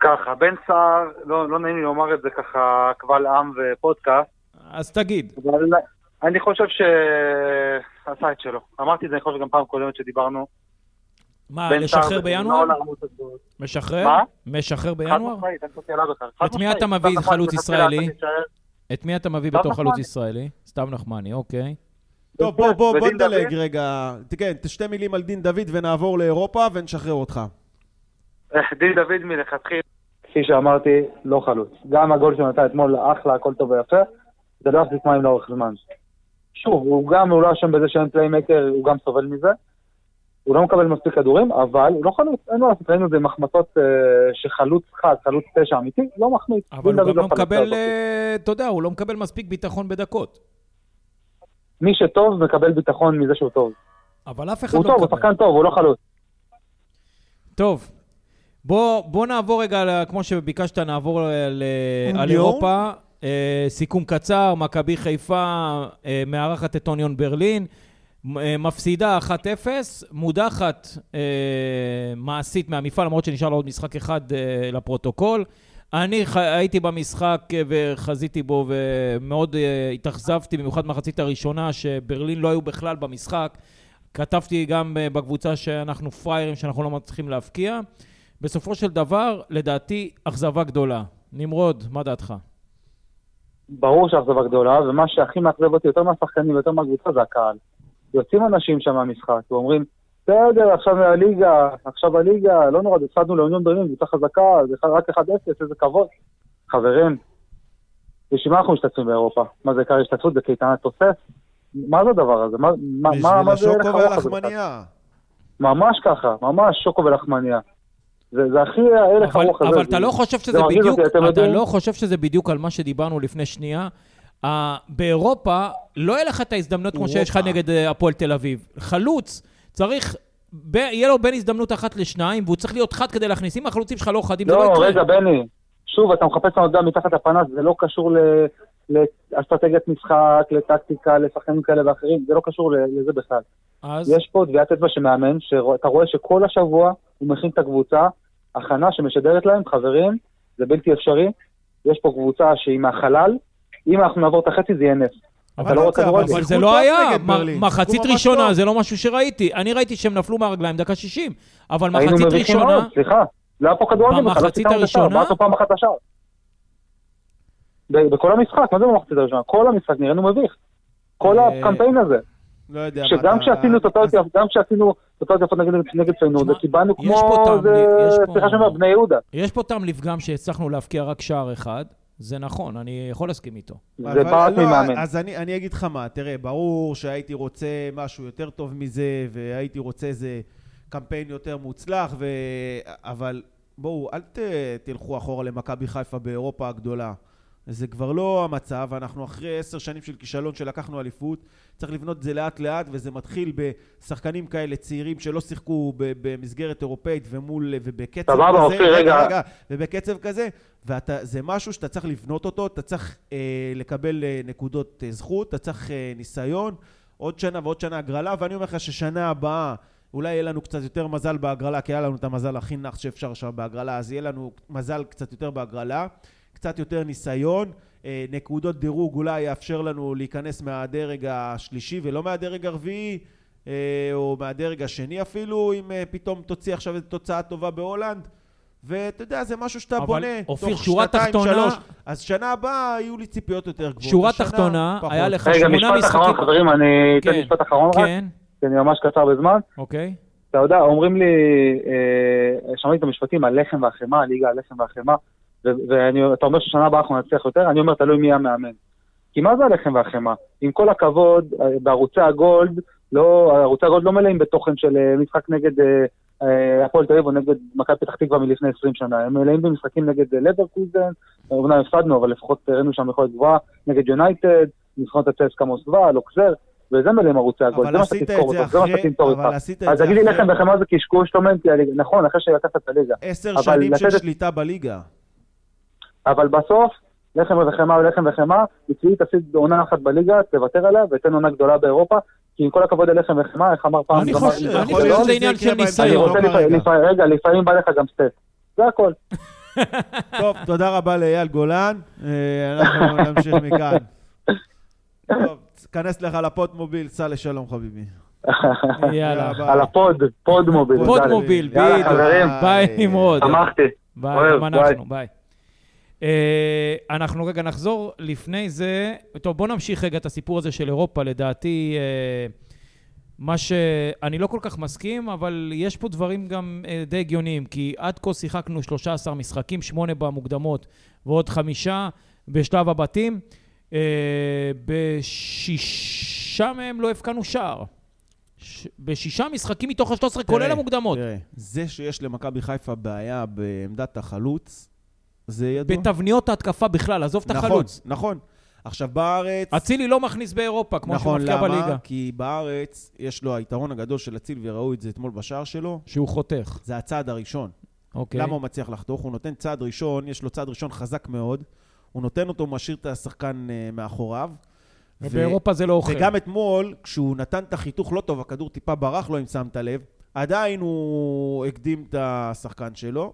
Speaker 4: ככה, בן סער, לא לא נעים לי לומר את זה ככה קבל עם ופודקאסט,
Speaker 1: אז תגיד.
Speaker 4: אבל אני חושב שעשה את שלו. אמרתי את זה, אני חושב, גם פעם קודמת שדיברנו.
Speaker 1: מה,
Speaker 4: בן סער
Speaker 1: אה, לשחרר
Speaker 4: זה
Speaker 1: בינואר?
Speaker 4: לא לעמוד את זה.
Speaker 1: משחרר?
Speaker 4: מה?
Speaker 1: משחרר
Speaker 4: חד
Speaker 1: בינואר?
Speaker 4: משמעית, אין פה שאלה בכלל. חד
Speaker 1: את מי
Speaker 4: משמעית.
Speaker 1: אתה מביא,
Speaker 4: סתם נחמן,
Speaker 1: חלוץ
Speaker 4: מלכתחילה
Speaker 1: ישראלי?
Speaker 4: אתה תישאר.
Speaker 1: את מי אתה מביא
Speaker 4: סתיו
Speaker 1: בתור חלוץ
Speaker 4: לא נחמני.
Speaker 1: ישראלי? סתיו נחמני, אוקיי.
Speaker 2: טוב, בוא, בוא, בוא
Speaker 4: ודין דוד?
Speaker 2: נדלג רגע. כן, שתי מילים על דין דוד ונעבור לאירופה ונשחרר אותך.
Speaker 4: אה, דין דוד מלכתחילה. כפי שאמרתי, לא חלוץ. גם הגול שהוא נתן אתמול, אחלה, הכל טוב ויפה. זה לא יחזיק מים לאורך זמן. שוב, הוא גם, הוא לא אשם בזה שאין פליימקר, הוא גם סובל מזה. אה, הוא לא מקבל מספיק כדורים, אבל הוא לא חלוץ, אין מה לעשות, ראינו את זה עם החמצות אה, שחלוץ חד, חלוץ תשע אמיתי, לא מחמיץ.
Speaker 1: אבל
Speaker 4: דין
Speaker 1: הוא
Speaker 4: דוד
Speaker 1: גם לא
Speaker 4: חלוץ
Speaker 1: מקבל,
Speaker 4: כזאת.
Speaker 1: אה, אתה יודע, הוא לא מקבל מספיק ביטחון בדקות.
Speaker 4: מי שטוב מקבל ביטחון מזה שהוא טוב.
Speaker 1: אבל אף אחד
Speaker 4: הוא
Speaker 1: לא
Speaker 4: טוב, הוא
Speaker 1: מקבל.
Speaker 4: שחקן טוב, הוא לא חלוץ.
Speaker 1: טוב, בוא, בוא נעבור רגע, ל- כמו שביקשת, נעבור ל- ל- על אירופה. אה, סיכום קצר, מכבי חיפה אה, מארחת את אוניון ברלין, מ- אה, מפסידה 1-0, מודחת אה, מעשית מהמפעל, למרות שנשאר לה עוד משחק אחד אה, לפרוטוקול. אני ח... הייתי במשחק אה, וחזיתי בו ומאוד אה, התאכזבתי, במיוחד מחצית הראשונה, שברלין לא היו בכלל במשחק. כתבתי גם אה, בקבוצה שאנחנו פראיירים, שאנחנו לא מצליחים להבקיע. בסופו של דבר, לדעתי, אכזבה גדולה. נמרוד, מה דעתך?
Speaker 4: ברור שאכזבה גדולה, ומה שהכי מאכזב אותי יותר מהשחקנים ויותר מהקבוצה זה הקהל. יוצאים אנשים שם מהמשחק ואומרים, בסדר, עכשיו הליגה, עכשיו הליגה, לא נורא, הפסדנו לאוניון ברלין, קבוצה חזקה, זה רק 1-0, איזה כבוד. חברים, בשביל מה אנחנו משתתפים באירופה? מה זה עיקר השתתפות? זה קייטנת תוסס? מה זה הדבר הזה? מה, מה, מה,
Speaker 2: בשביל
Speaker 4: מה זה
Speaker 2: השוקו
Speaker 4: לחרוך על זה?
Speaker 2: והלחמניה.
Speaker 4: ממש ככה, ממש שוקו ולחמניה. זה, זה הכי ההלך
Speaker 1: אבל,
Speaker 4: הרוח הזה.
Speaker 1: אבל אתה
Speaker 4: זה-
Speaker 1: לא חושב שזה
Speaker 4: מרגיז
Speaker 1: בדיוק,
Speaker 4: אותי, אתם
Speaker 1: אתה
Speaker 4: יודעים?
Speaker 1: לא חושב שזה בדיוק על מה שדיברנו לפני שנייה? Uh, באירופה לא יהיה לך את ההזדמנויות כמו שיש לך נגד אה, הפועל תל אביב. חלוץ, צריך, ב, יהיה לו בין הזדמנות אחת לשניים, והוא צריך להיות חד כדי להכניס. אם החלוצים שלך לא חדים, זה לא
Speaker 4: לא,
Speaker 1: יקרה.
Speaker 4: רגע, בני, שוב, אתה מחפש את הנוגע מתחת לפנס, זה לא קשור ל- לאסטרטגיית משחק, לטקטיקה, לשחקנים כאלה ואחרים, זה לא קשור ל- לזה בכלל.
Speaker 1: אז
Speaker 4: יש פה טביעת אצבע שמאמן, שאתה רואה שכל השבוע הוא מכין את הקבוצה, הכנה שמשדרת להם, חברים, זה בלתי אפשרי, יש פה קבוצה שהיא מהחלל, אם אנחנו נעבור את החצי זה יהיה נס.
Speaker 2: אבל
Speaker 4: אתה לא רואה
Speaker 2: זה, אבל
Speaker 4: כדורגל.
Speaker 1: אבל זה
Speaker 2: שיחקו
Speaker 1: לא
Speaker 2: טוב
Speaker 1: היה,
Speaker 2: נגד
Speaker 1: מ-
Speaker 2: ברלין.
Speaker 1: מחצית
Speaker 2: שיחקו ממש
Speaker 1: ראשונה
Speaker 2: טוב.
Speaker 1: זה לא משהו שראיתי. אני ראיתי שהם נפלו מהרגליים דקה 60, אבל
Speaker 4: היינו
Speaker 1: מחצית
Speaker 4: מביכים
Speaker 1: ראשונה...
Speaker 4: מאוד, סליחה. לא היה פה כדורגל בכלל, לא
Speaker 1: במחצית
Speaker 4: סיכמנו את השער,
Speaker 1: הראשונה?
Speaker 4: בעטנו פעם אחת לשער. ב- בכל המשחק, מה זה במחצית הראשונה? כל המשחק נראינו מביך. כל
Speaker 2: אה,
Speaker 4: הקמפיין הזה,
Speaker 2: לא יודע.
Speaker 4: שגם
Speaker 2: מה אתה-
Speaker 4: כשעשינו תוצאות
Speaker 2: אז-
Speaker 4: יפ- גם כשעשינו תוצאות יפות נגד- נגד פיינורד,
Speaker 1: תשמע,
Speaker 4: וקיבלנו
Speaker 1: יש פה
Speaker 4: כמו,
Speaker 1: טעם,
Speaker 4: זה-
Speaker 1: יש פה-
Speaker 4: סליחה שאני אומר, בני יהודה.
Speaker 1: יש פה טעם לפגם שהצלחנו להבקיע רק שער אחד, זה נכון, אני יכול להסכים איתו.
Speaker 4: זה
Speaker 2: אבל
Speaker 4: בעט
Speaker 2: לא,
Speaker 4: ממאמן.
Speaker 2: אז אני, אני אגיד לך מה, תראה, ברור שהייתי רוצה משהו יותר טוב מזה, והייתי רוצה איזה קמפיין יותר מוצלח, ו... אבל בואו, אל ת, תלכו אחורה למכבי חיפה באירופה הגדולה. זה כבר לא המצב, אנחנו אחרי עשר שנים של כישלון שלקחנו אליפות, צריך לבנות את זה לאט לאט, וזה מתחיל בשחקנים כאלה צעירים שלא שיחקו ב- במסגרת אירופאית ומול, ובקצב
Speaker 4: סבבה,
Speaker 2: כזה,
Speaker 4: אופיר, רגע.
Speaker 2: רגע, ובקצב כזה, וזה משהו שאתה צריך לבנות אותו, אתה צריך אה, לקבל אה, נקודות אה, זכות, אתה צריך אה, ניסיון, עוד שנה ועוד שנה הגרלה, ואני אומר לך ששנה הבאה אולי יהיה לנו קצת יותר מזל בהגרלה, כי היה לנו את המזל הכי נח שאפשר שם בהגרלה, אז יהיה לנו מזל קצת יותר בהגרלה, קצת יותר ניסיון. אה, נקודות דירוג אולי יאפשר לנו להיכנס מהדרג השלישי ולא מהדרג הרביעי אה, או מהדרג השני אפילו אם אה, פתאום תוציא עכשיו איזו תוצאה טובה בהולנד ואתה יודע, זה משהו שאתה
Speaker 1: אבל,
Speaker 2: בונה.
Speaker 1: אופיר,
Speaker 2: תוך
Speaker 1: שורה
Speaker 2: שנתיים,
Speaker 1: תחתונה-
Speaker 2: שלוש. אז שנה הבאה יהיו לי ציפיות יותר גבוהות.
Speaker 1: שורה
Speaker 2: השנה,
Speaker 1: תחתונה,
Speaker 2: פחות.
Speaker 1: היה לך
Speaker 4: רגע,
Speaker 1: שמונה
Speaker 4: משפט
Speaker 1: משחקים.
Speaker 4: אחרון, חברים, אני
Speaker 1: כן.
Speaker 4: אתן משפט אחרון רק,
Speaker 1: כן,
Speaker 4: כי אני ממש קצר בזמן.
Speaker 1: אוקיי.
Speaker 4: אתה יודע, אומרים לי, אה, שמעתי את המשפטים, הלחם והחמאה, הליגה הלחם והחמאה, ואתה אומר ששנה הבאה אנחנו נצליח יותר, אני אומר, תלוי מי המאמן. כי מה זה הלחם והחמאה? עם כל הכבוד, אה, בערוצי הגולד, לא, ערוצי הגולד לא מלאים בתוכן של אה, משחק נגד אה, אה, הפועל תל אביב או נגד מכבי פתח תקווה מלפני 20 שנה. הם מלאים במשחקים נגד אה, לברקוזן, אומנם הפסדנו, אבל לפחות הראינו שם יכולת גבוהה, נגד יונייטד, ניצחונות הצסקה מוסקבה, לוקסר, וזה מלאים ערוצי הגולד.
Speaker 2: אבל
Speaker 4: זה מה שאתה
Speaker 2: עשית את
Speaker 4: תזכור
Speaker 2: זה
Speaker 4: איתו, זה מה שאתה
Speaker 2: אחרי...
Speaker 4: תמסור איתך.
Speaker 2: אבל עשית את זה
Speaker 4: אז תגיד לי
Speaker 2: אחרי
Speaker 4: לחם וחמאה זה קשקוש, אתה אומר, כי הליגה- נכון, אחרי שלקחת את הליגה.
Speaker 2: עשר
Speaker 4: אבל
Speaker 2: שנים של
Speaker 4: לתת את-
Speaker 2: שליטה בליגה.
Speaker 4: אבל בסוף, לחם וחמאה ולחם וחמאה, מצבי תפסיד עונה אחת בליגה, תוותר עליה ותן עונה גדולה באירופה, כי עם כל הכבוד ללחם וחמאה, איך אמר פעם... לא-
Speaker 1: אני
Speaker 4: גם
Speaker 1: חושב-
Speaker 4: אריק
Speaker 1: אני
Speaker 4: בן
Speaker 1: חושב
Speaker 4: דורון,
Speaker 1: שזה עניין
Speaker 2: יקרה
Speaker 1: של
Speaker 2: בהמשך,
Speaker 1: ניסיון.
Speaker 4: אני
Speaker 2: לא
Speaker 4: רוצה
Speaker 2: כרגע.
Speaker 4: לפעמים, רגע, לפעמים בא לך גם סטייק. זה הכל.
Speaker 2: טוב, תודה רבה לאייל גולן. אה, אנחנו
Speaker 1: [laughs]
Speaker 2: נמשיך מכאן. טוב, כנס לך לפוטמוביל, סע לשלום חביבי.
Speaker 1: יאללה.
Speaker 2: ביי.
Speaker 4: על הפוד, פוד מוביל.
Speaker 1: פוד
Speaker 4: דני.
Speaker 1: מוביל,
Speaker 4: יאללה,
Speaker 1: בדיוק.
Speaker 4: חברים.
Speaker 1: ביי, נמרוד.
Speaker 4: שמחתי.
Speaker 1: ביי,
Speaker 4: אוהב,
Speaker 1: גם
Speaker 4: ביי.
Speaker 1: אנחנו, ביי. אה, אנחנו רגע נחזור לפני זה. טוב, בוא נמשיך רגע את הסיפור הזה של אירופה. לדעתי, אה, מה שאני לא כל כך מסכים, אבל יש פה דברים גם אה, די הגיוניים, כי עד כה שיחקנו 13 משחקים, שמונה במוקדמות ועוד חמישה בשלב הבתים. אה, בשישה מהם לא הבקענו שער. ש- בשישה משחקים מתוך ה-13, כולל
Speaker 2: תראה, אה,
Speaker 1: המוקדמות.
Speaker 2: תראה, זה שיש למכבי חיפה בעיה בעמדת החלוץ, זה ידוע.
Speaker 1: בתבניות ההתקפה בכלל, עזוב את החלוץ.
Speaker 2: נכון, נכון. עכשיו בארץ...
Speaker 1: אצילי לא מכניס באירופה, כמו שהוא
Speaker 2: נכון,
Speaker 1: מבקיע
Speaker 2: למה?
Speaker 1: בליגה.
Speaker 2: כי בארץ יש לו היתרון הגדול של אציל, וראו את זה אתמול בשער שלו,
Speaker 1: שהוא חותך,
Speaker 2: זה הצעד הראשון.
Speaker 1: אוקיי.
Speaker 2: למה הוא מצליח לחתוך? הוא נותן צעד ראשון, יש לו צעד ראשון חזק מאוד. הוא נותן אותו, הוא משאיר את השחקן אה, מאחוריו. ו-
Speaker 1: ובאירופה זה לא אוכל.
Speaker 2: וגם אתמול, כשהוא נתן את החיתוך לא טוב, הכדור טיפה ברח לו, אם שמת לב, עדיין הוא הקדים את השחקן שלו.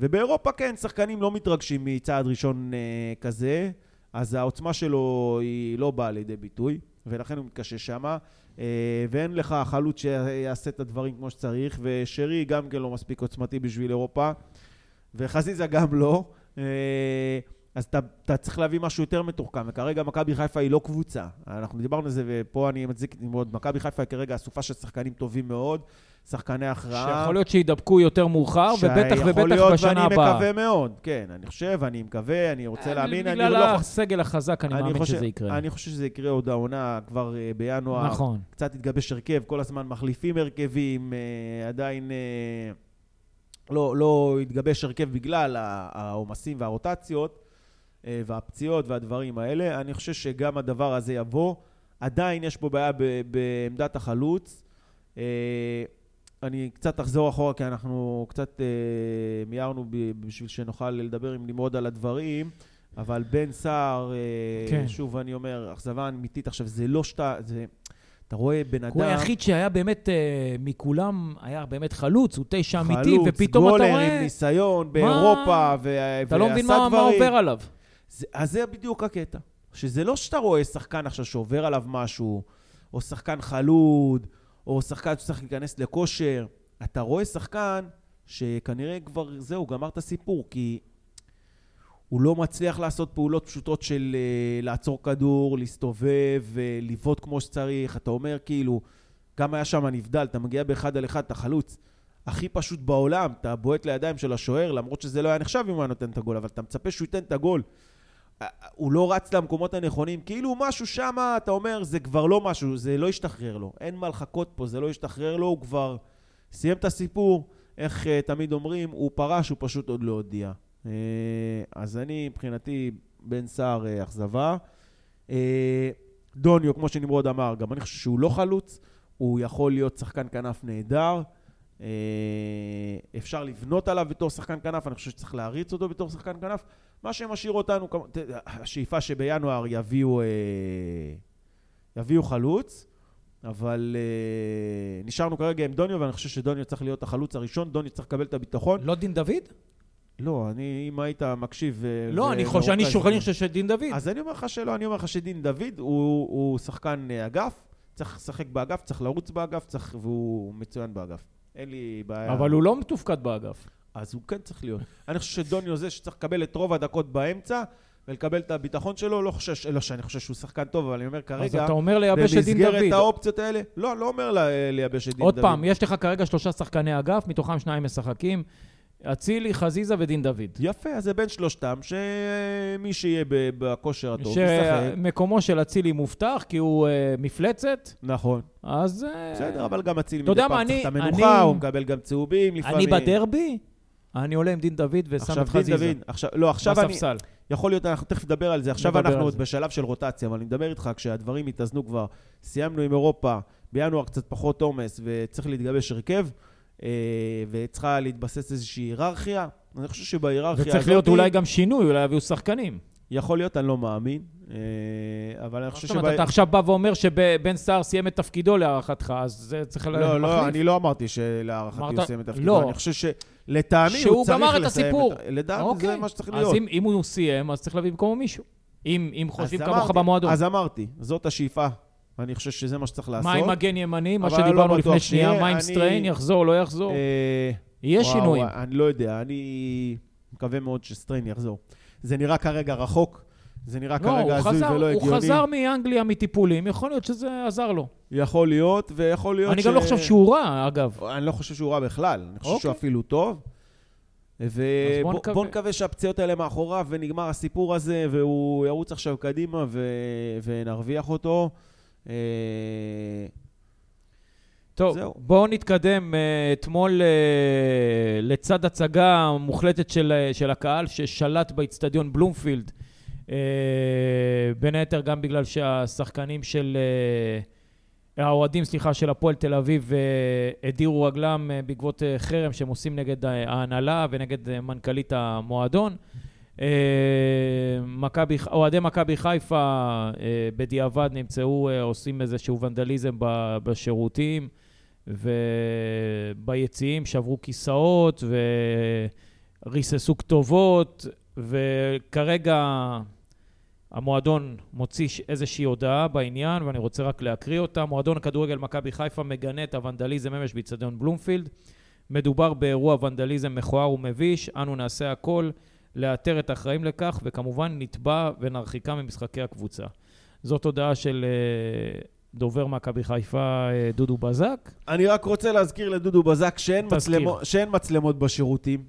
Speaker 2: ובאירופה, כן, שחקנים לא מתרגשים מצעד ראשון אה, כזה, אז העוצמה שלו היא לא באה לידי ביטוי, ולכן הוא מתקשה שמה. אה, ואין לך חלוץ שיעשה את הדברים כמו שצריך, ושרי גם כן לא מספיק עוצמתי בשביל אירופה, וחזיזה גם לא. אה, אז אתה, אתה צריך להביא משהו יותר מתוחכם, וכרגע מכבי חיפה היא לא קבוצה. אנחנו דיברנו על זה, ופה אני מצדיק את זה מאוד. מכבי חיפה היא כרגע אסופה של שחקנים טובים מאוד, שחקני הכרעה.
Speaker 1: שיכול להיות שידבקו יותר מאוחר, ובטח
Speaker 2: שיכול
Speaker 1: ובטח
Speaker 2: להיות,
Speaker 1: בשנה
Speaker 2: ואני
Speaker 1: הבאה. אה,
Speaker 2: מקווה מאוד, כן, אני חושב, אני מקווה, אני רוצה להאמין, אני לא
Speaker 1: בגלל
Speaker 2: חושב...
Speaker 1: הסגל החזק, אני מאמין שזה יקרה.
Speaker 2: אני חושב שזה יקרה עוד העונה כבר אה, בינואר.
Speaker 1: נכון.
Speaker 2: קצת התגבש הרכב, כל הזמן מחליפים הרכבים, אה, עדיין אה, לא, לא התגבש הרכב בגלל ה- העומסים והרוטציות אה, והפציעות והדברים האלה. אני חושב שגם הדבר הזה יבוא. עדיין יש פה בעיה ב- בעמדת החלוץ. אה, אני קצת אחזור אחורה, כי אנחנו קצת אה, מיהרנו ב- בשביל שנוכל לדבר עם נמרוד על הדברים, אבל בן סער, אה,
Speaker 1: כן.
Speaker 2: שוב אני אומר, אכזבה אמיתית. עכשיו, זה לא שאתה... זה- אתה רואה בן אדם...
Speaker 1: הוא היחיד שהיה באמת, אה, מכולם, היה באמת חלוץ, הוא תשע אמיתי,
Speaker 2: חלוץ,
Speaker 1: ופתאום אתה
Speaker 2: גולר
Speaker 1: רואה,
Speaker 2: עם ניסיון באירופה, ו...
Speaker 1: אתה לא
Speaker 2: ועשה
Speaker 1: מבין מה מה
Speaker 2: דברים.
Speaker 1: עובר עליו.
Speaker 2: זה, אז זה בדיוק הקטע. שזה לא שאתה רואה שחקן עכשיו שעובר עליו משהו, או שחקן חלוד, או שחקן שצריך להיכנס לכושר. אתה רואה שחקן שכנראה כבר, זהו, גמר את הסיפור, כי הוא לא מצליח לעשות פעולות פשוטות של uh, לעצור כדור, להסתובב, uh, לבעוט כמו שצריך. אתה אומר, כאילו, גם היה שם נבדל, אתה מגיע באחד על אחד, אתה חלוץ. הכי פשוט בעולם, אתה בועט לידיים של השוער, למרות שזה לא היה נחשב אם הוא היה נותן את הגול, אבל אתה מצפה שהוא ייתן את הגול. הוא לא רץ למקומות הנכונים, כאילו משהו שם, אתה אומר, זה כבר לא משהו, זה לא ישתחרר לו. אין מה לחכות פה, זה לא ישתחרר לו, הוא כבר סיים את הסיפור. איך uh, תמיד אומרים, הוא פרש, הוא פשוט עוד לא הודיע. Uh, אז אני, מבחינתי, בן סער uh, אכזבה. Uh, דוניו, כמו שנמרוד אמר, גם אני חושב שהוא לא חלוץ, הוא יכול להיות שחקן כנף נהדר. אה, אפשר לבנות עליו בתור שחקן כנף, אני חושב שצריך להריץ אותו בתור שחקן כנף. מה שמשאיר אותנו, כמו- ת- השאיפה שבינואר יביאו, אה, יביאו חלוץ, אבל אה, נשארנו כרגע עם דוניו, ואני חושב שדוניו צריך להיות החלוץ הראשון, דוניו צריך לקבל את הביטחון.
Speaker 1: לא דין דוד?
Speaker 2: לא, אני, אם היית מקשיב... אה,
Speaker 1: לא,
Speaker 2: ו-
Speaker 1: אני חושב, אני
Speaker 2: מרוכז,
Speaker 1: שוכן, אני חושב שדין דוד.
Speaker 2: אז אני אומר לך שלא, אני אומר לך שדין דוד הוא, הוא שחקן אה, אגף, צריך לשחק באגף, צריך לרוץ באגף, צריך, והוא מצוין באגף. אין לי בעיה.
Speaker 1: אבל הוא לא מתופקד באגף.
Speaker 2: אז הוא כן צריך להיות. אני חושב שדוניו זה שצריך לקבל את רוב הדקות באמצע ולקבל את הביטחון שלו, לא, חושש, לא שאני חושב שהוא שחקן טוב, אבל אני אומר
Speaker 1: אז
Speaker 2: כרגע,
Speaker 1: אתה אומר לייבש את דין
Speaker 2: במסגרת
Speaker 1: דוד.
Speaker 2: האופציות האלה, לא, אני לא אומר ל- לייבש את דין
Speaker 1: עוד
Speaker 2: דוד.
Speaker 1: פעם, יש לך כרגע שלושה שחקני אגף, מתוכם שניים משחקים. אצילי, חזיזה ודין דוד.
Speaker 2: יפה, אז זה בין שלושתם, שמי שיהיה ב- בכושר הטוב, ישחק.
Speaker 1: שמקומו של אצילי מובטח, כי הוא אה, מפלצת,
Speaker 2: נכון.
Speaker 1: אז... אה,
Speaker 2: בסדר, אבל גם אציל
Speaker 1: אתה
Speaker 2: מדי
Speaker 1: יודע מה,
Speaker 2: פעם צריך
Speaker 1: אני-
Speaker 2: את המנוחה,
Speaker 1: אני-
Speaker 2: הוא מקבל גם צהובים
Speaker 1: אני
Speaker 2: לפעמים.
Speaker 1: בדרבי, אני עולה עם דין דוד ושם
Speaker 2: עכשיו
Speaker 1: את
Speaker 2: דין
Speaker 1: חזיזה.
Speaker 2: דוד, עכשיו, לא, עכשיו אני,
Speaker 1: בספסל.
Speaker 2: יכול להיות, אנחנו תכף נדבר על זה, עכשיו
Speaker 1: נדבר
Speaker 2: אנחנו
Speaker 1: על
Speaker 2: עוד
Speaker 1: זה.
Speaker 2: בשלב של רוטציה, אבל אני מדבר איתך, כשהדברים יתאזנו כבר, סיימנו עם אירופה, בינואר קצת פחות עומס, וצריך להתגבש הרכב, אה, וצריכה להתבסס איזושהי היררכיה, אני חושב שבהיררכיה הזאת,
Speaker 1: וצריך להיות אולי גם שינוי, אולי יביאו שחקנים.
Speaker 2: יכול להיות, אני לא מאמין, אה, אבל אני
Speaker 1: מה
Speaker 2: חושב
Speaker 1: זאת
Speaker 2: שבה...
Speaker 1: אומרת, אתה עכשיו בא ואומר שבן סער סיים את תפקידו להערכתך, אז זה צריך
Speaker 2: לא, לא,
Speaker 1: מחליף.
Speaker 2: אני לא אמרתי שלהערכתי הוא
Speaker 1: אמרת-
Speaker 2: סיים את תפקידו,
Speaker 1: לא.
Speaker 2: אני חושב שלטעמי
Speaker 1: שהוא
Speaker 2: הוא צריך
Speaker 1: גמר את
Speaker 2: לסיים
Speaker 1: הסיפור.
Speaker 2: את... לדעתי
Speaker 1: אוקיי.
Speaker 2: זה מה שצריך להיות.
Speaker 1: אז אם, אם הוא סיים, אז צריך להביא במקומו מישהו. אם, אם חושבים
Speaker 2: אז
Speaker 1: כמוך
Speaker 2: אמרתי-
Speaker 1: במועדון.
Speaker 2: אז אמרתי, זאת השאיפה. אני חושב שזה מה שצריך לעשות.
Speaker 1: מה עם מגן ימני, מה
Speaker 2: אבל אני
Speaker 1: שדיברנו
Speaker 2: לא בטוח
Speaker 1: לפני שנייה,
Speaker 2: שיהיה,
Speaker 1: מה עם
Speaker 2: אני-
Speaker 1: סטריין, יחזור, לא יחזור?
Speaker 2: אה,
Speaker 1: יהיה
Speaker 2: וואו,
Speaker 1: שינויים.
Speaker 2: אני לא יודע, אני מקווה מאוד שסטריין יחזור. זה נראה כרגע רחוק, זה נראה
Speaker 1: לא, הוא
Speaker 2: כרגע הזוי
Speaker 1: חזר-
Speaker 2: ולא
Speaker 1: הוא
Speaker 2: הגיוני.
Speaker 1: חזר מאנגליה מטיפולים, יכול להיות שזה עזר לו.
Speaker 2: יכול להיות, ויכול להיות
Speaker 1: אני גם לא חושב שהוא רע, אגב.
Speaker 2: אני לא חושב שהוא רע בכלל, אני חושב
Speaker 1: אוקיי.
Speaker 2: שהוא אפילו טוב.
Speaker 1: אז בוא נקווה.
Speaker 2: ובוא נקווה שהפציעות האלה מאחוריו ונגמר הסיפור הזה, והוא ירוץ עכשיו קדימה ו... ונרוויח אותו. אה,
Speaker 1: טוב,
Speaker 2: זהו.
Speaker 1: בואו נתקדם. אה, אתמול, אה, לצד הצגה מוחלטת של, אה, של הקהל ששלט באיצטדיון בלומפילד, אה, בין היתר גם בגלל שהשחקנים של... אה, האוהדים, סליחה, של הפועל תל אביב אה, הדירו רגלם אה, בעקבות אה, חרם שהם עושים נגד אה, ההנהלה ונגד אה, מנכ"לית המועדון. אה, מכבי- אוהדי מכבי חיפה אה, בדיעבד נמצאו אה, עושים איזשהו ונדליזם ב- בשירותים וביציעים שברו כיסאות וריססו כתובות וכרגע המועדון מוציא ש- איזושהי הודעה בעניין ואני רוצה רק להקריא אותה. מועדון הכדורגל מכבי חיפה מגנה את הוונדליזם אמש באיצטדיון בלומפילד. מדובר באירוע ונדליזם מכוער ומביש, אנו נעשה הכל לאתר את האחראים לכך וכמובן נתבע ונרחיקם ממשחקי הקבוצה. זאת הודעה של אה, דובר מכבי חיפה אה, דודו בזק.
Speaker 2: אני רק רוצה להזכיר לדודו בזק שאין,
Speaker 1: תזכיר.
Speaker 2: מצלמו, שאין מצלמות בשירותים.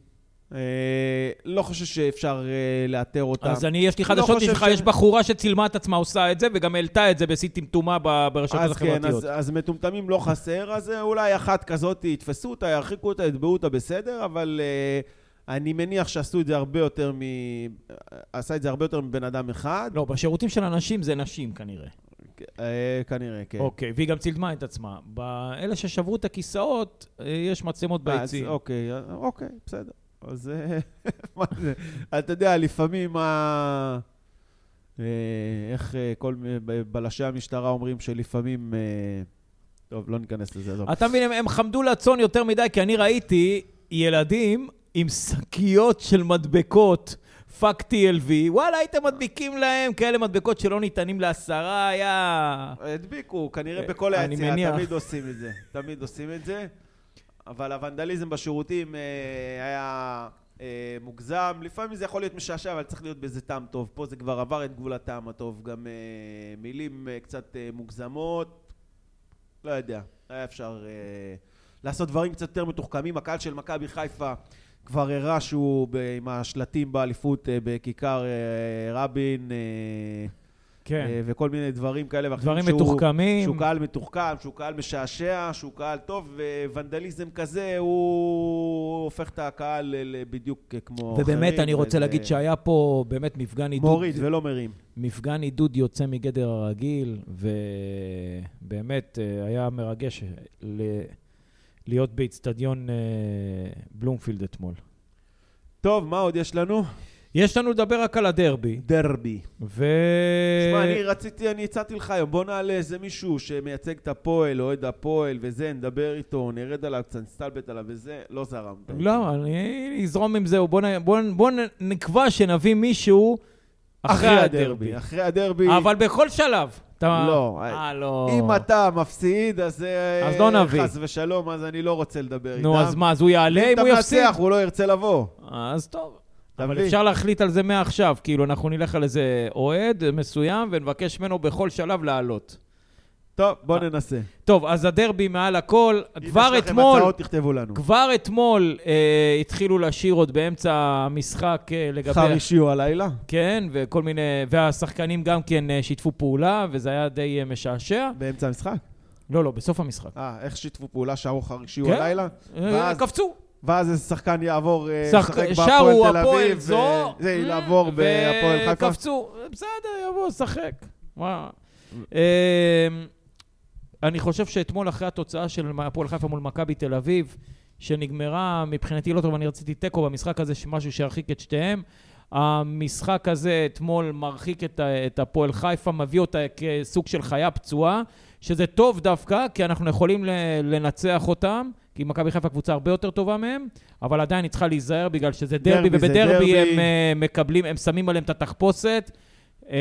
Speaker 2: אה, לא חושב שאפשר אה, לאתר אותם.
Speaker 1: אז אני, יש לי
Speaker 2: לא
Speaker 1: חדשות
Speaker 2: חושב
Speaker 1: בשבילך,
Speaker 2: ש-
Speaker 1: יש בחורה שצילמה את עצמה עושה את זה, וגם העלתה את זה בשיא טמטומה ב- ברשתות
Speaker 2: אז כן,
Speaker 1: החברתיות.
Speaker 2: אז, אז מטומטמים לא חסר, אז אה, אולי אחת כזאת, יתפסו אותה, ירחיקו אותה, יתבעו אותה בסדר, אבל אה, אני מניח שעשו את זה הרבה יותר מ... אה, עשה את זה הרבה יותר מבן אדם אחד.
Speaker 1: לא, בשירותים של הנשים זה נשים כנראה.
Speaker 2: אה, כנראה, כן.
Speaker 1: אוקיי, והיא גם צילמה את עצמה. באלה ששברו את הכיסאות, אה, יש מצלמות
Speaker 2: אז
Speaker 1: ביציעים.
Speaker 2: אוקיי, אה, אוקיי, בסדר. אז אה, [laughs] מה זה? אתה יודע, לפעמים ה... אה, איך אה, כל מ- ב- בלשי המשטרה אומרים שלפעמים... אה, טוב, לא ניכנס לזה, עזוב.
Speaker 1: אתה מבין, הם- הם חמדו לצאן יותר מדי, כי אני ראיתי ילדים עם שקיות של מדבקות. פאק TLV, וואלה, הייתם מדביקים להם כאלה מדבקות שלא ניתנים להסרה, היה...
Speaker 2: הדביקו, כנראה
Speaker 1: אה,
Speaker 2: בכל
Speaker 1: אני
Speaker 2: היציאה,
Speaker 1: מניח.
Speaker 2: תמיד עושים את זה. תמיד עושים את זה. אבל הוונדליזם בשירותים אה, היה אה, מוגזם. לפעמים זה יכול להיות משעשע, אבל צריך להיות בזה טעם טוב. פה זה כבר עבר את גבול הטעם הטוב. גם אה, מילים אה, קצת אה, מוגזמות. לא יודע. היה אפשר אה, לעשות דברים קצת יותר מתוחכמים. הקהל של מכבי חיפה כבר הראה שהוא ב- עם השלטים באליפות אה, בכיכר אה, רבין. אה, אה, וכל מיני דברים כאלה ואחרים.
Speaker 1: כן. דברים
Speaker 2: שהוא-
Speaker 1: מתוחכמים.
Speaker 2: שהוא קהל מתוחכם, שהוא קהל משעשע, שהוא קהל טוב, וונדליזם כזה, הוא הופך את הקהל ל- בדיוק כמו אחרים.
Speaker 1: ובאמת, אני רוצה
Speaker 2: וזה
Speaker 1: להגיד שהיה פה באמת מפגן עידוד,
Speaker 2: מוריד ולא מרים.
Speaker 1: מפגן עידוד יוצא מגדר הרגיל, ובאמת אה, היה מרגש ל- להיות באיצטדיון אה, בלומפילד אתמול.
Speaker 2: טוב, מה עוד יש לנו?
Speaker 1: יש לנו לדבר רק על הדרבי,
Speaker 2: דרבי.
Speaker 1: ו... אה,
Speaker 2: תשמע, אני רציתי, אני הצעתי לך היום, בוא נעלה איזה מישהו שמייצג את הפועל, אוהד הפועל וזה, נדבר איתו, נרד עליו קצת, נסתלבט עליו וזה, לא זרמת.
Speaker 1: לא, אני אזרום עם זה, בואו נקבע שנביא מישהו אחרי הדרבי.
Speaker 2: אחרי הדרבי.
Speaker 1: אבל בכל שלב. אתה-
Speaker 2: לא,
Speaker 1: אה, לא.
Speaker 2: אם אתה מפסיד, אז... אה,
Speaker 1: אז לא נביא.
Speaker 2: חס ושלום, אז אני לא רוצה לדבר איתם.
Speaker 1: נו, אז מה, אז הוא יעלה אם הוא
Speaker 2: אם
Speaker 1: יפסיד?
Speaker 2: אתה מנצח, הוא לא ירצה לבוא.
Speaker 1: אז טוב.
Speaker 2: אתה
Speaker 1: אבל
Speaker 2: מבין?
Speaker 1: אפשר להחליט על זה מעכשיו, כאילו אנחנו נלך על איזה אוהד מסוים ונבקש ממנו בכל שלב לעלות.
Speaker 2: טוב, בוא ננסה.
Speaker 1: טוב, אז הדרבי מעל הכל, אה, כבר
Speaker 2: אם יש לכם
Speaker 1: אתמול,
Speaker 2: הצעות, תכתבו לנו.
Speaker 1: כבר אתמול אה, התחילו לשיר עוד באמצע המשחק אה, לגבי...
Speaker 2: חרישיו הלילה?
Speaker 1: כן, וכל מיני... והשחקנים גם כן אה, שיתפו פעולה, וזה היה די אה, משעשע.
Speaker 2: באמצע המשחק?
Speaker 1: לא, לא, בסוף המשחק.
Speaker 2: אה, איך שיתפו פעולה, שרו חרישיו
Speaker 1: כן.
Speaker 2: הלילה?
Speaker 1: אה,
Speaker 2: ואז-
Speaker 1: קפצו.
Speaker 2: ואז איזה שחקן יעבור, אה,
Speaker 1: שחק-
Speaker 2: ישחק
Speaker 1: שרו
Speaker 2: בהפועל תל
Speaker 1: הפועל
Speaker 2: אביב.
Speaker 1: זו,
Speaker 2: ו- זה
Speaker 1: אה,
Speaker 2: יעבור בהפועל חיפה.
Speaker 1: וקפצו, בסדר, יבוא, שחק. וואו. אה, אני חושב שאתמול אחרי התוצאה של הפועל חיפה מול מכבי תל אביב, שנגמרה מבחינתי לא טוב, אני רציתי תיקו במשחק הזה, משהו שירחיק את שתיהם. המשחק הזה אתמול מרחיק את, ה- את הפועל חיפה, מביא אותה כסוג של חיה פצועה, שזה טוב דווקא, כי אנחנו יכולים ל- לנצח אותם, כי מכבי חיפה קבוצה הרבה יותר טובה מהם, אבל עדיין היא צריכה להיזהר בגלל שזה דרבי,
Speaker 2: דרבי זה
Speaker 1: ובדרבי
Speaker 2: דרבי.
Speaker 1: הם אה, מקבלים, הם שמים עליהם את התחפושת. אה,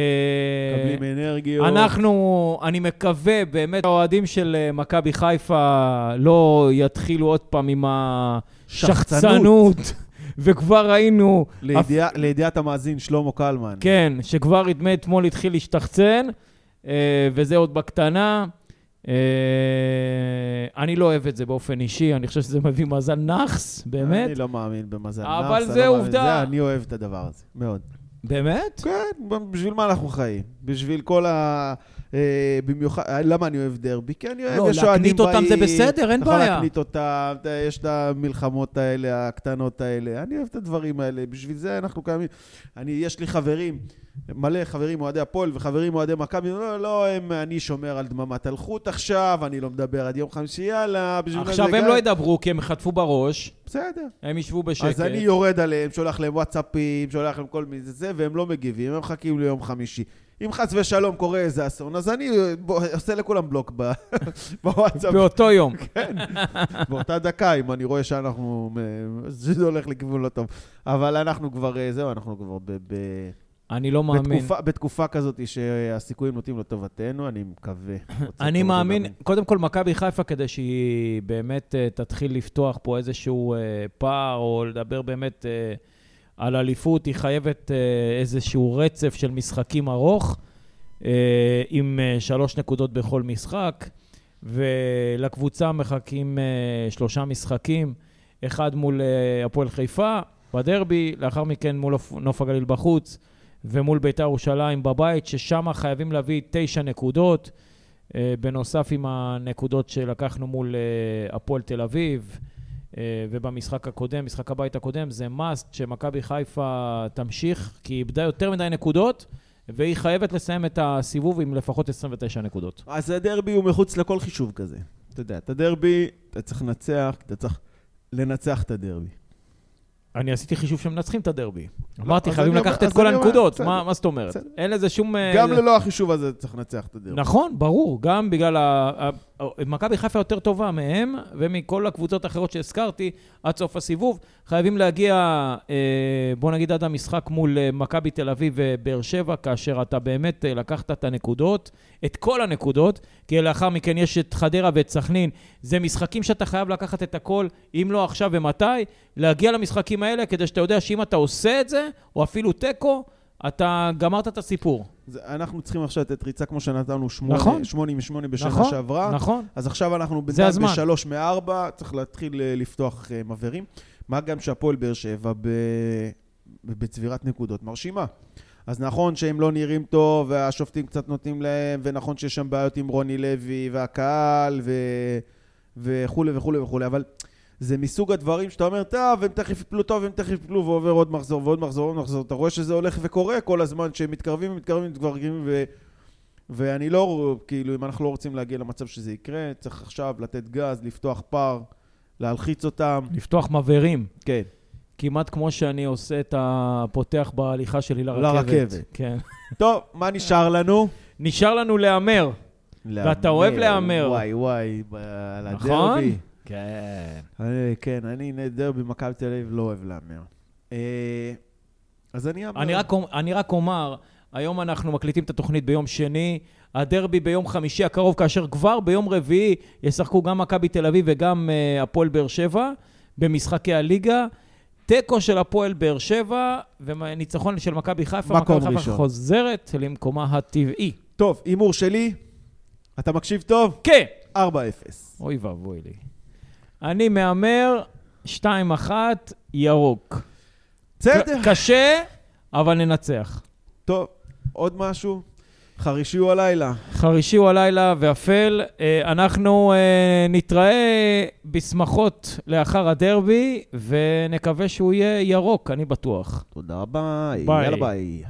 Speaker 2: מקבלים אנרגיות.
Speaker 1: אנחנו, אני מקווה, באמת, האוהדים של אה, מכבי חיפה לא יתחילו עוד פעם עם השחצנות, [laughs] וכבר ראינו...
Speaker 2: לידיע- לידיעת המאזין, שלמה קלמן.
Speaker 1: כן, שכבר נדמה אתמול התחיל להשתחצן, אה, וזה עוד בקטנה. אה, אני לא אוהב את זה באופן אישי, אני חושב שזה מביא מאזן נאחס, באמת.
Speaker 2: אני לא מאמין במזל.
Speaker 1: אבל
Speaker 2: נאחס, אני
Speaker 1: זה
Speaker 2: לא מאמין.
Speaker 1: עובדה.
Speaker 2: זה, אני אוהב את הדבר הזה, מאוד.
Speaker 1: באמת?
Speaker 2: כן, ב- בשביל מה אנחנו חיים? בשביל כל ה... אה, במיוחד, אה, למה אני אוהב דרבי? כי אני אוהב,
Speaker 1: לא,
Speaker 2: כן, יש אוהדים נכון,
Speaker 1: להקניט
Speaker 2: בעיר.
Speaker 1: אותם זה בסדר, אין
Speaker 2: אתה יכול
Speaker 1: בעיה.
Speaker 2: להקניט אותם, אתה- יש את המלחמות האלה, הקטנות האלה. אני אוהב את הדברים האלה, בשביל זה אנחנו קיימים. אני, יש לי חברים, מלא חברים אוהדי הפועל וחברים אוהדי מכבי, לא, לא, הם, אני שומר על דממת אלחוט עכשיו, אני לא מדבר עד יום חמישי, יאללה, בשביל מה
Speaker 1: עכשיו
Speaker 2: זה
Speaker 1: הם
Speaker 2: גם-
Speaker 1: לא ידברו כי הם חטפו בראש,
Speaker 2: בסדר.
Speaker 1: הם ישבו בשקט.
Speaker 2: אז אני יורד עליהם, שולח להם וואטסאפים, שולח להם כל מיני זה, זה, והם לא מגיבים, הם מחכים ליום חמישי. אם חס ושלום קורה איזה אסון, אז אני אה, בוא, עושה לכולם בלוק ב- [laughs] בוואטסאפ
Speaker 1: באותו יום.
Speaker 2: באותה דקה, אם אני רואה שאנחנו... אה, זה הולך לכיוון לא טוב. אבל אנחנו כבר, אה, זהו, אנחנו כבר ב... ב-
Speaker 1: אני לא מאמין.
Speaker 2: בתקופה, בתקופה כזאת שהסיכויים נוטים לטובתנו, אני
Speaker 1: [laughs]
Speaker 2: מקווה. רוצה
Speaker 1: אני
Speaker 2: מאוד
Speaker 1: מאמין,
Speaker 2: להאמין.
Speaker 1: קודם כל, מכבי חיפה, כדי שהיא באמת אה, תתחיל לפתוח פה איזשהו אה, פער, או לדבר באמת אה, על אליפות, היא חייבת אה, איזשהו רצף של משחקים ארוך, אה, עם אה, שלוש נקודות בכל משחק, ולקבוצה מחכים אה, שלושה משחקים, אחד מול אה, הפועל חיפה בדרבי, לאחר מכן מול אופ- נוף הגליל בחוץ. ומול ביתר ירושלים בבית, ששם חייבים להביא תשע נקודות. אה, בנוסף עם הנקודות שלקחנו מול אה, הפועל תל אביב אה, ובמשחק הקודם, משחק הבית הקודם, זה must שמכבי חיפה תמשיך, כי היא איבדה יותר מדי נקודות, והיא חייבת לסיים את הסיבוב עם לפחות 29 נקודות.
Speaker 2: אז הדרבי הוא מחוץ לכל חישוב כזה. אתה יודע, את הדרבי, אתה צריך לנצח, אתה צריך לנצח את הדרבי.
Speaker 1: אני עשיתי חישוב שמנצחים את הדרבי. אמרתי,
Speaker 2: לא, אז
Speaker 1: חייבים
Speaker 2: אני אומר-
Speaker 1: לקחת את
Speaker 2: אז
Speaker 1: כל
Speaker 2: אני אומר,
Speaker 1: הנקודות,
Speaker 2: בסדר,
Speaker 1: מה מה זאת אומרת?
Speaker 2: בסדר.
Speaker 1: אין לזה שום... אה,
Speaker 2: גם ללא החישוב הזה צריך לנצח את הדרבי.
Speaker 1: נכון, ברור, גם בגלל ה... ה- ה- מכבי חיפה יותר טובה מהם ומכל הקבוצות האחרות שהזכרתי עד סוף הסיבוב. חייבים להגיע, אה, בוא נגיד, עד המשחק מול אה, מכבי תל אביב ובאר שבע, כאשר אתה באמת אה, לקחת את הנקודות, את כל הנקודות, כי לאחר מכן יש את חדרה ואת סכנין. זה משחקים שאתה חייב לקחת את הכל, אם לא עכשיו ומתי, להגיע למשחקים האלה, כדי שאתה יודע שאם אתה עושה את זה, או אפילו תיקו, אתה גמרת את הסיפור.
Speaker 2: זה- אנחנו צריכים עכשיו לתת ריצה כמו שנתנו שמונה-
Speaker 1: נכון.
Speaker 2: שמונה משמונה בשנה
Speaker 1: נכון,
Speaker 2: שעברה.
Speaker 1: נכון.
Speaker 2: אז עכשיו אנחנו בינתיים
Speaker 1: הזמן.
Speaker 2: בשלוש מארבע, צריך להתחיל אה, לפתוח אה, מבערים. מה גם שהפועל באר שבע ב- ב- בצבירת נקודות מרשימה. אז נכון שהם לא נראים טוב, והשופטים קצת נותנים להם, ונכון שיש שם בעיות עם רוני לוי והקהל, ו... וכולי וכולי וכולי, אבל זה מסוג הדברים שאתה אומר, טוב, הם תכף יפלו טוב, הם תכף יפלו, ועובר עוד מחזור ועוד מחזור ועוד מחזור. אתה רואה שזה הולך וקורה כל הזמן, שהם מתקרבים, מתקרבים, מתקרבים, ו... ואני לא, כאילו, אם אנחנו לא רוצים להגיע למצב שזה יקרה, צריך עכשיו לתת גז, לפתוח פער, להלחיץ אותם.
Speaker 1: לפתוח מבערים.
Speaker 2: כן.
Speaker 1: כמעט כמו שאני עושה את הפותח בהליכה שלי לרכבת.
Speaker 2: לרכבת.
Speaker 1: כן. [laughs]
Speaker 2: טוב, מה נשאר לנו?
Speaker 1: נשאר לנו להמר. ואתה אוהב להמר.
Speaker 2: וואי, וואי, ב- על
Speaker 1: נכון?
Speaker 2: הדרבי.
Speaker 1: כן.
Speaker 2: אני- כן, אני נהדר במכבי תל אביב, לא אוהב להמר. אה, אז אני אאמר.
Speaker 1: אני רק, אומ- אני רק אומר, היום אנחנו מקליטים את התוכנית ביום שני, הדרבי ביום חמישי הקרוב, כאשר כבר ביום רביעי ישחקו גם מכבי תל אביב וגם אה, הפועל באר שבע במשחקי הליגה. תיקו של הפועל באר שבע וניצחון של מכבי חיפה.
Speaker 2: מקום
Speaker 1: מכבי חיפה
Speaker 2: ראשון.
Speaker 1: חוזרת למקומה הטבעי.
Speaker 2: טוב, הימור שלי, אתה מקשיב טוב?
Speaker 1: כן.
Speaker 2: 4-0.
Speaker 1: אוי ואבוי לי. אני מהמר 2-1 ירוק.
Speaker 2: בסדר.
Speaker 1: ק- קשה, אבל ננצח.
Speaker 2: טוב, עוד משהו? חרישי הוא הלילה.
Speaker 1: חרישי הוא הלילה ואפל. אה, אנחנו אה, נתראה בשמחות לאחר הדרבי, ונקווה שהוא יהיה ירוק, אני בטוח.
Speaker 2: תודה, ביי.
Speaker 1: ביי.
Speaker 2: יאללה ביי.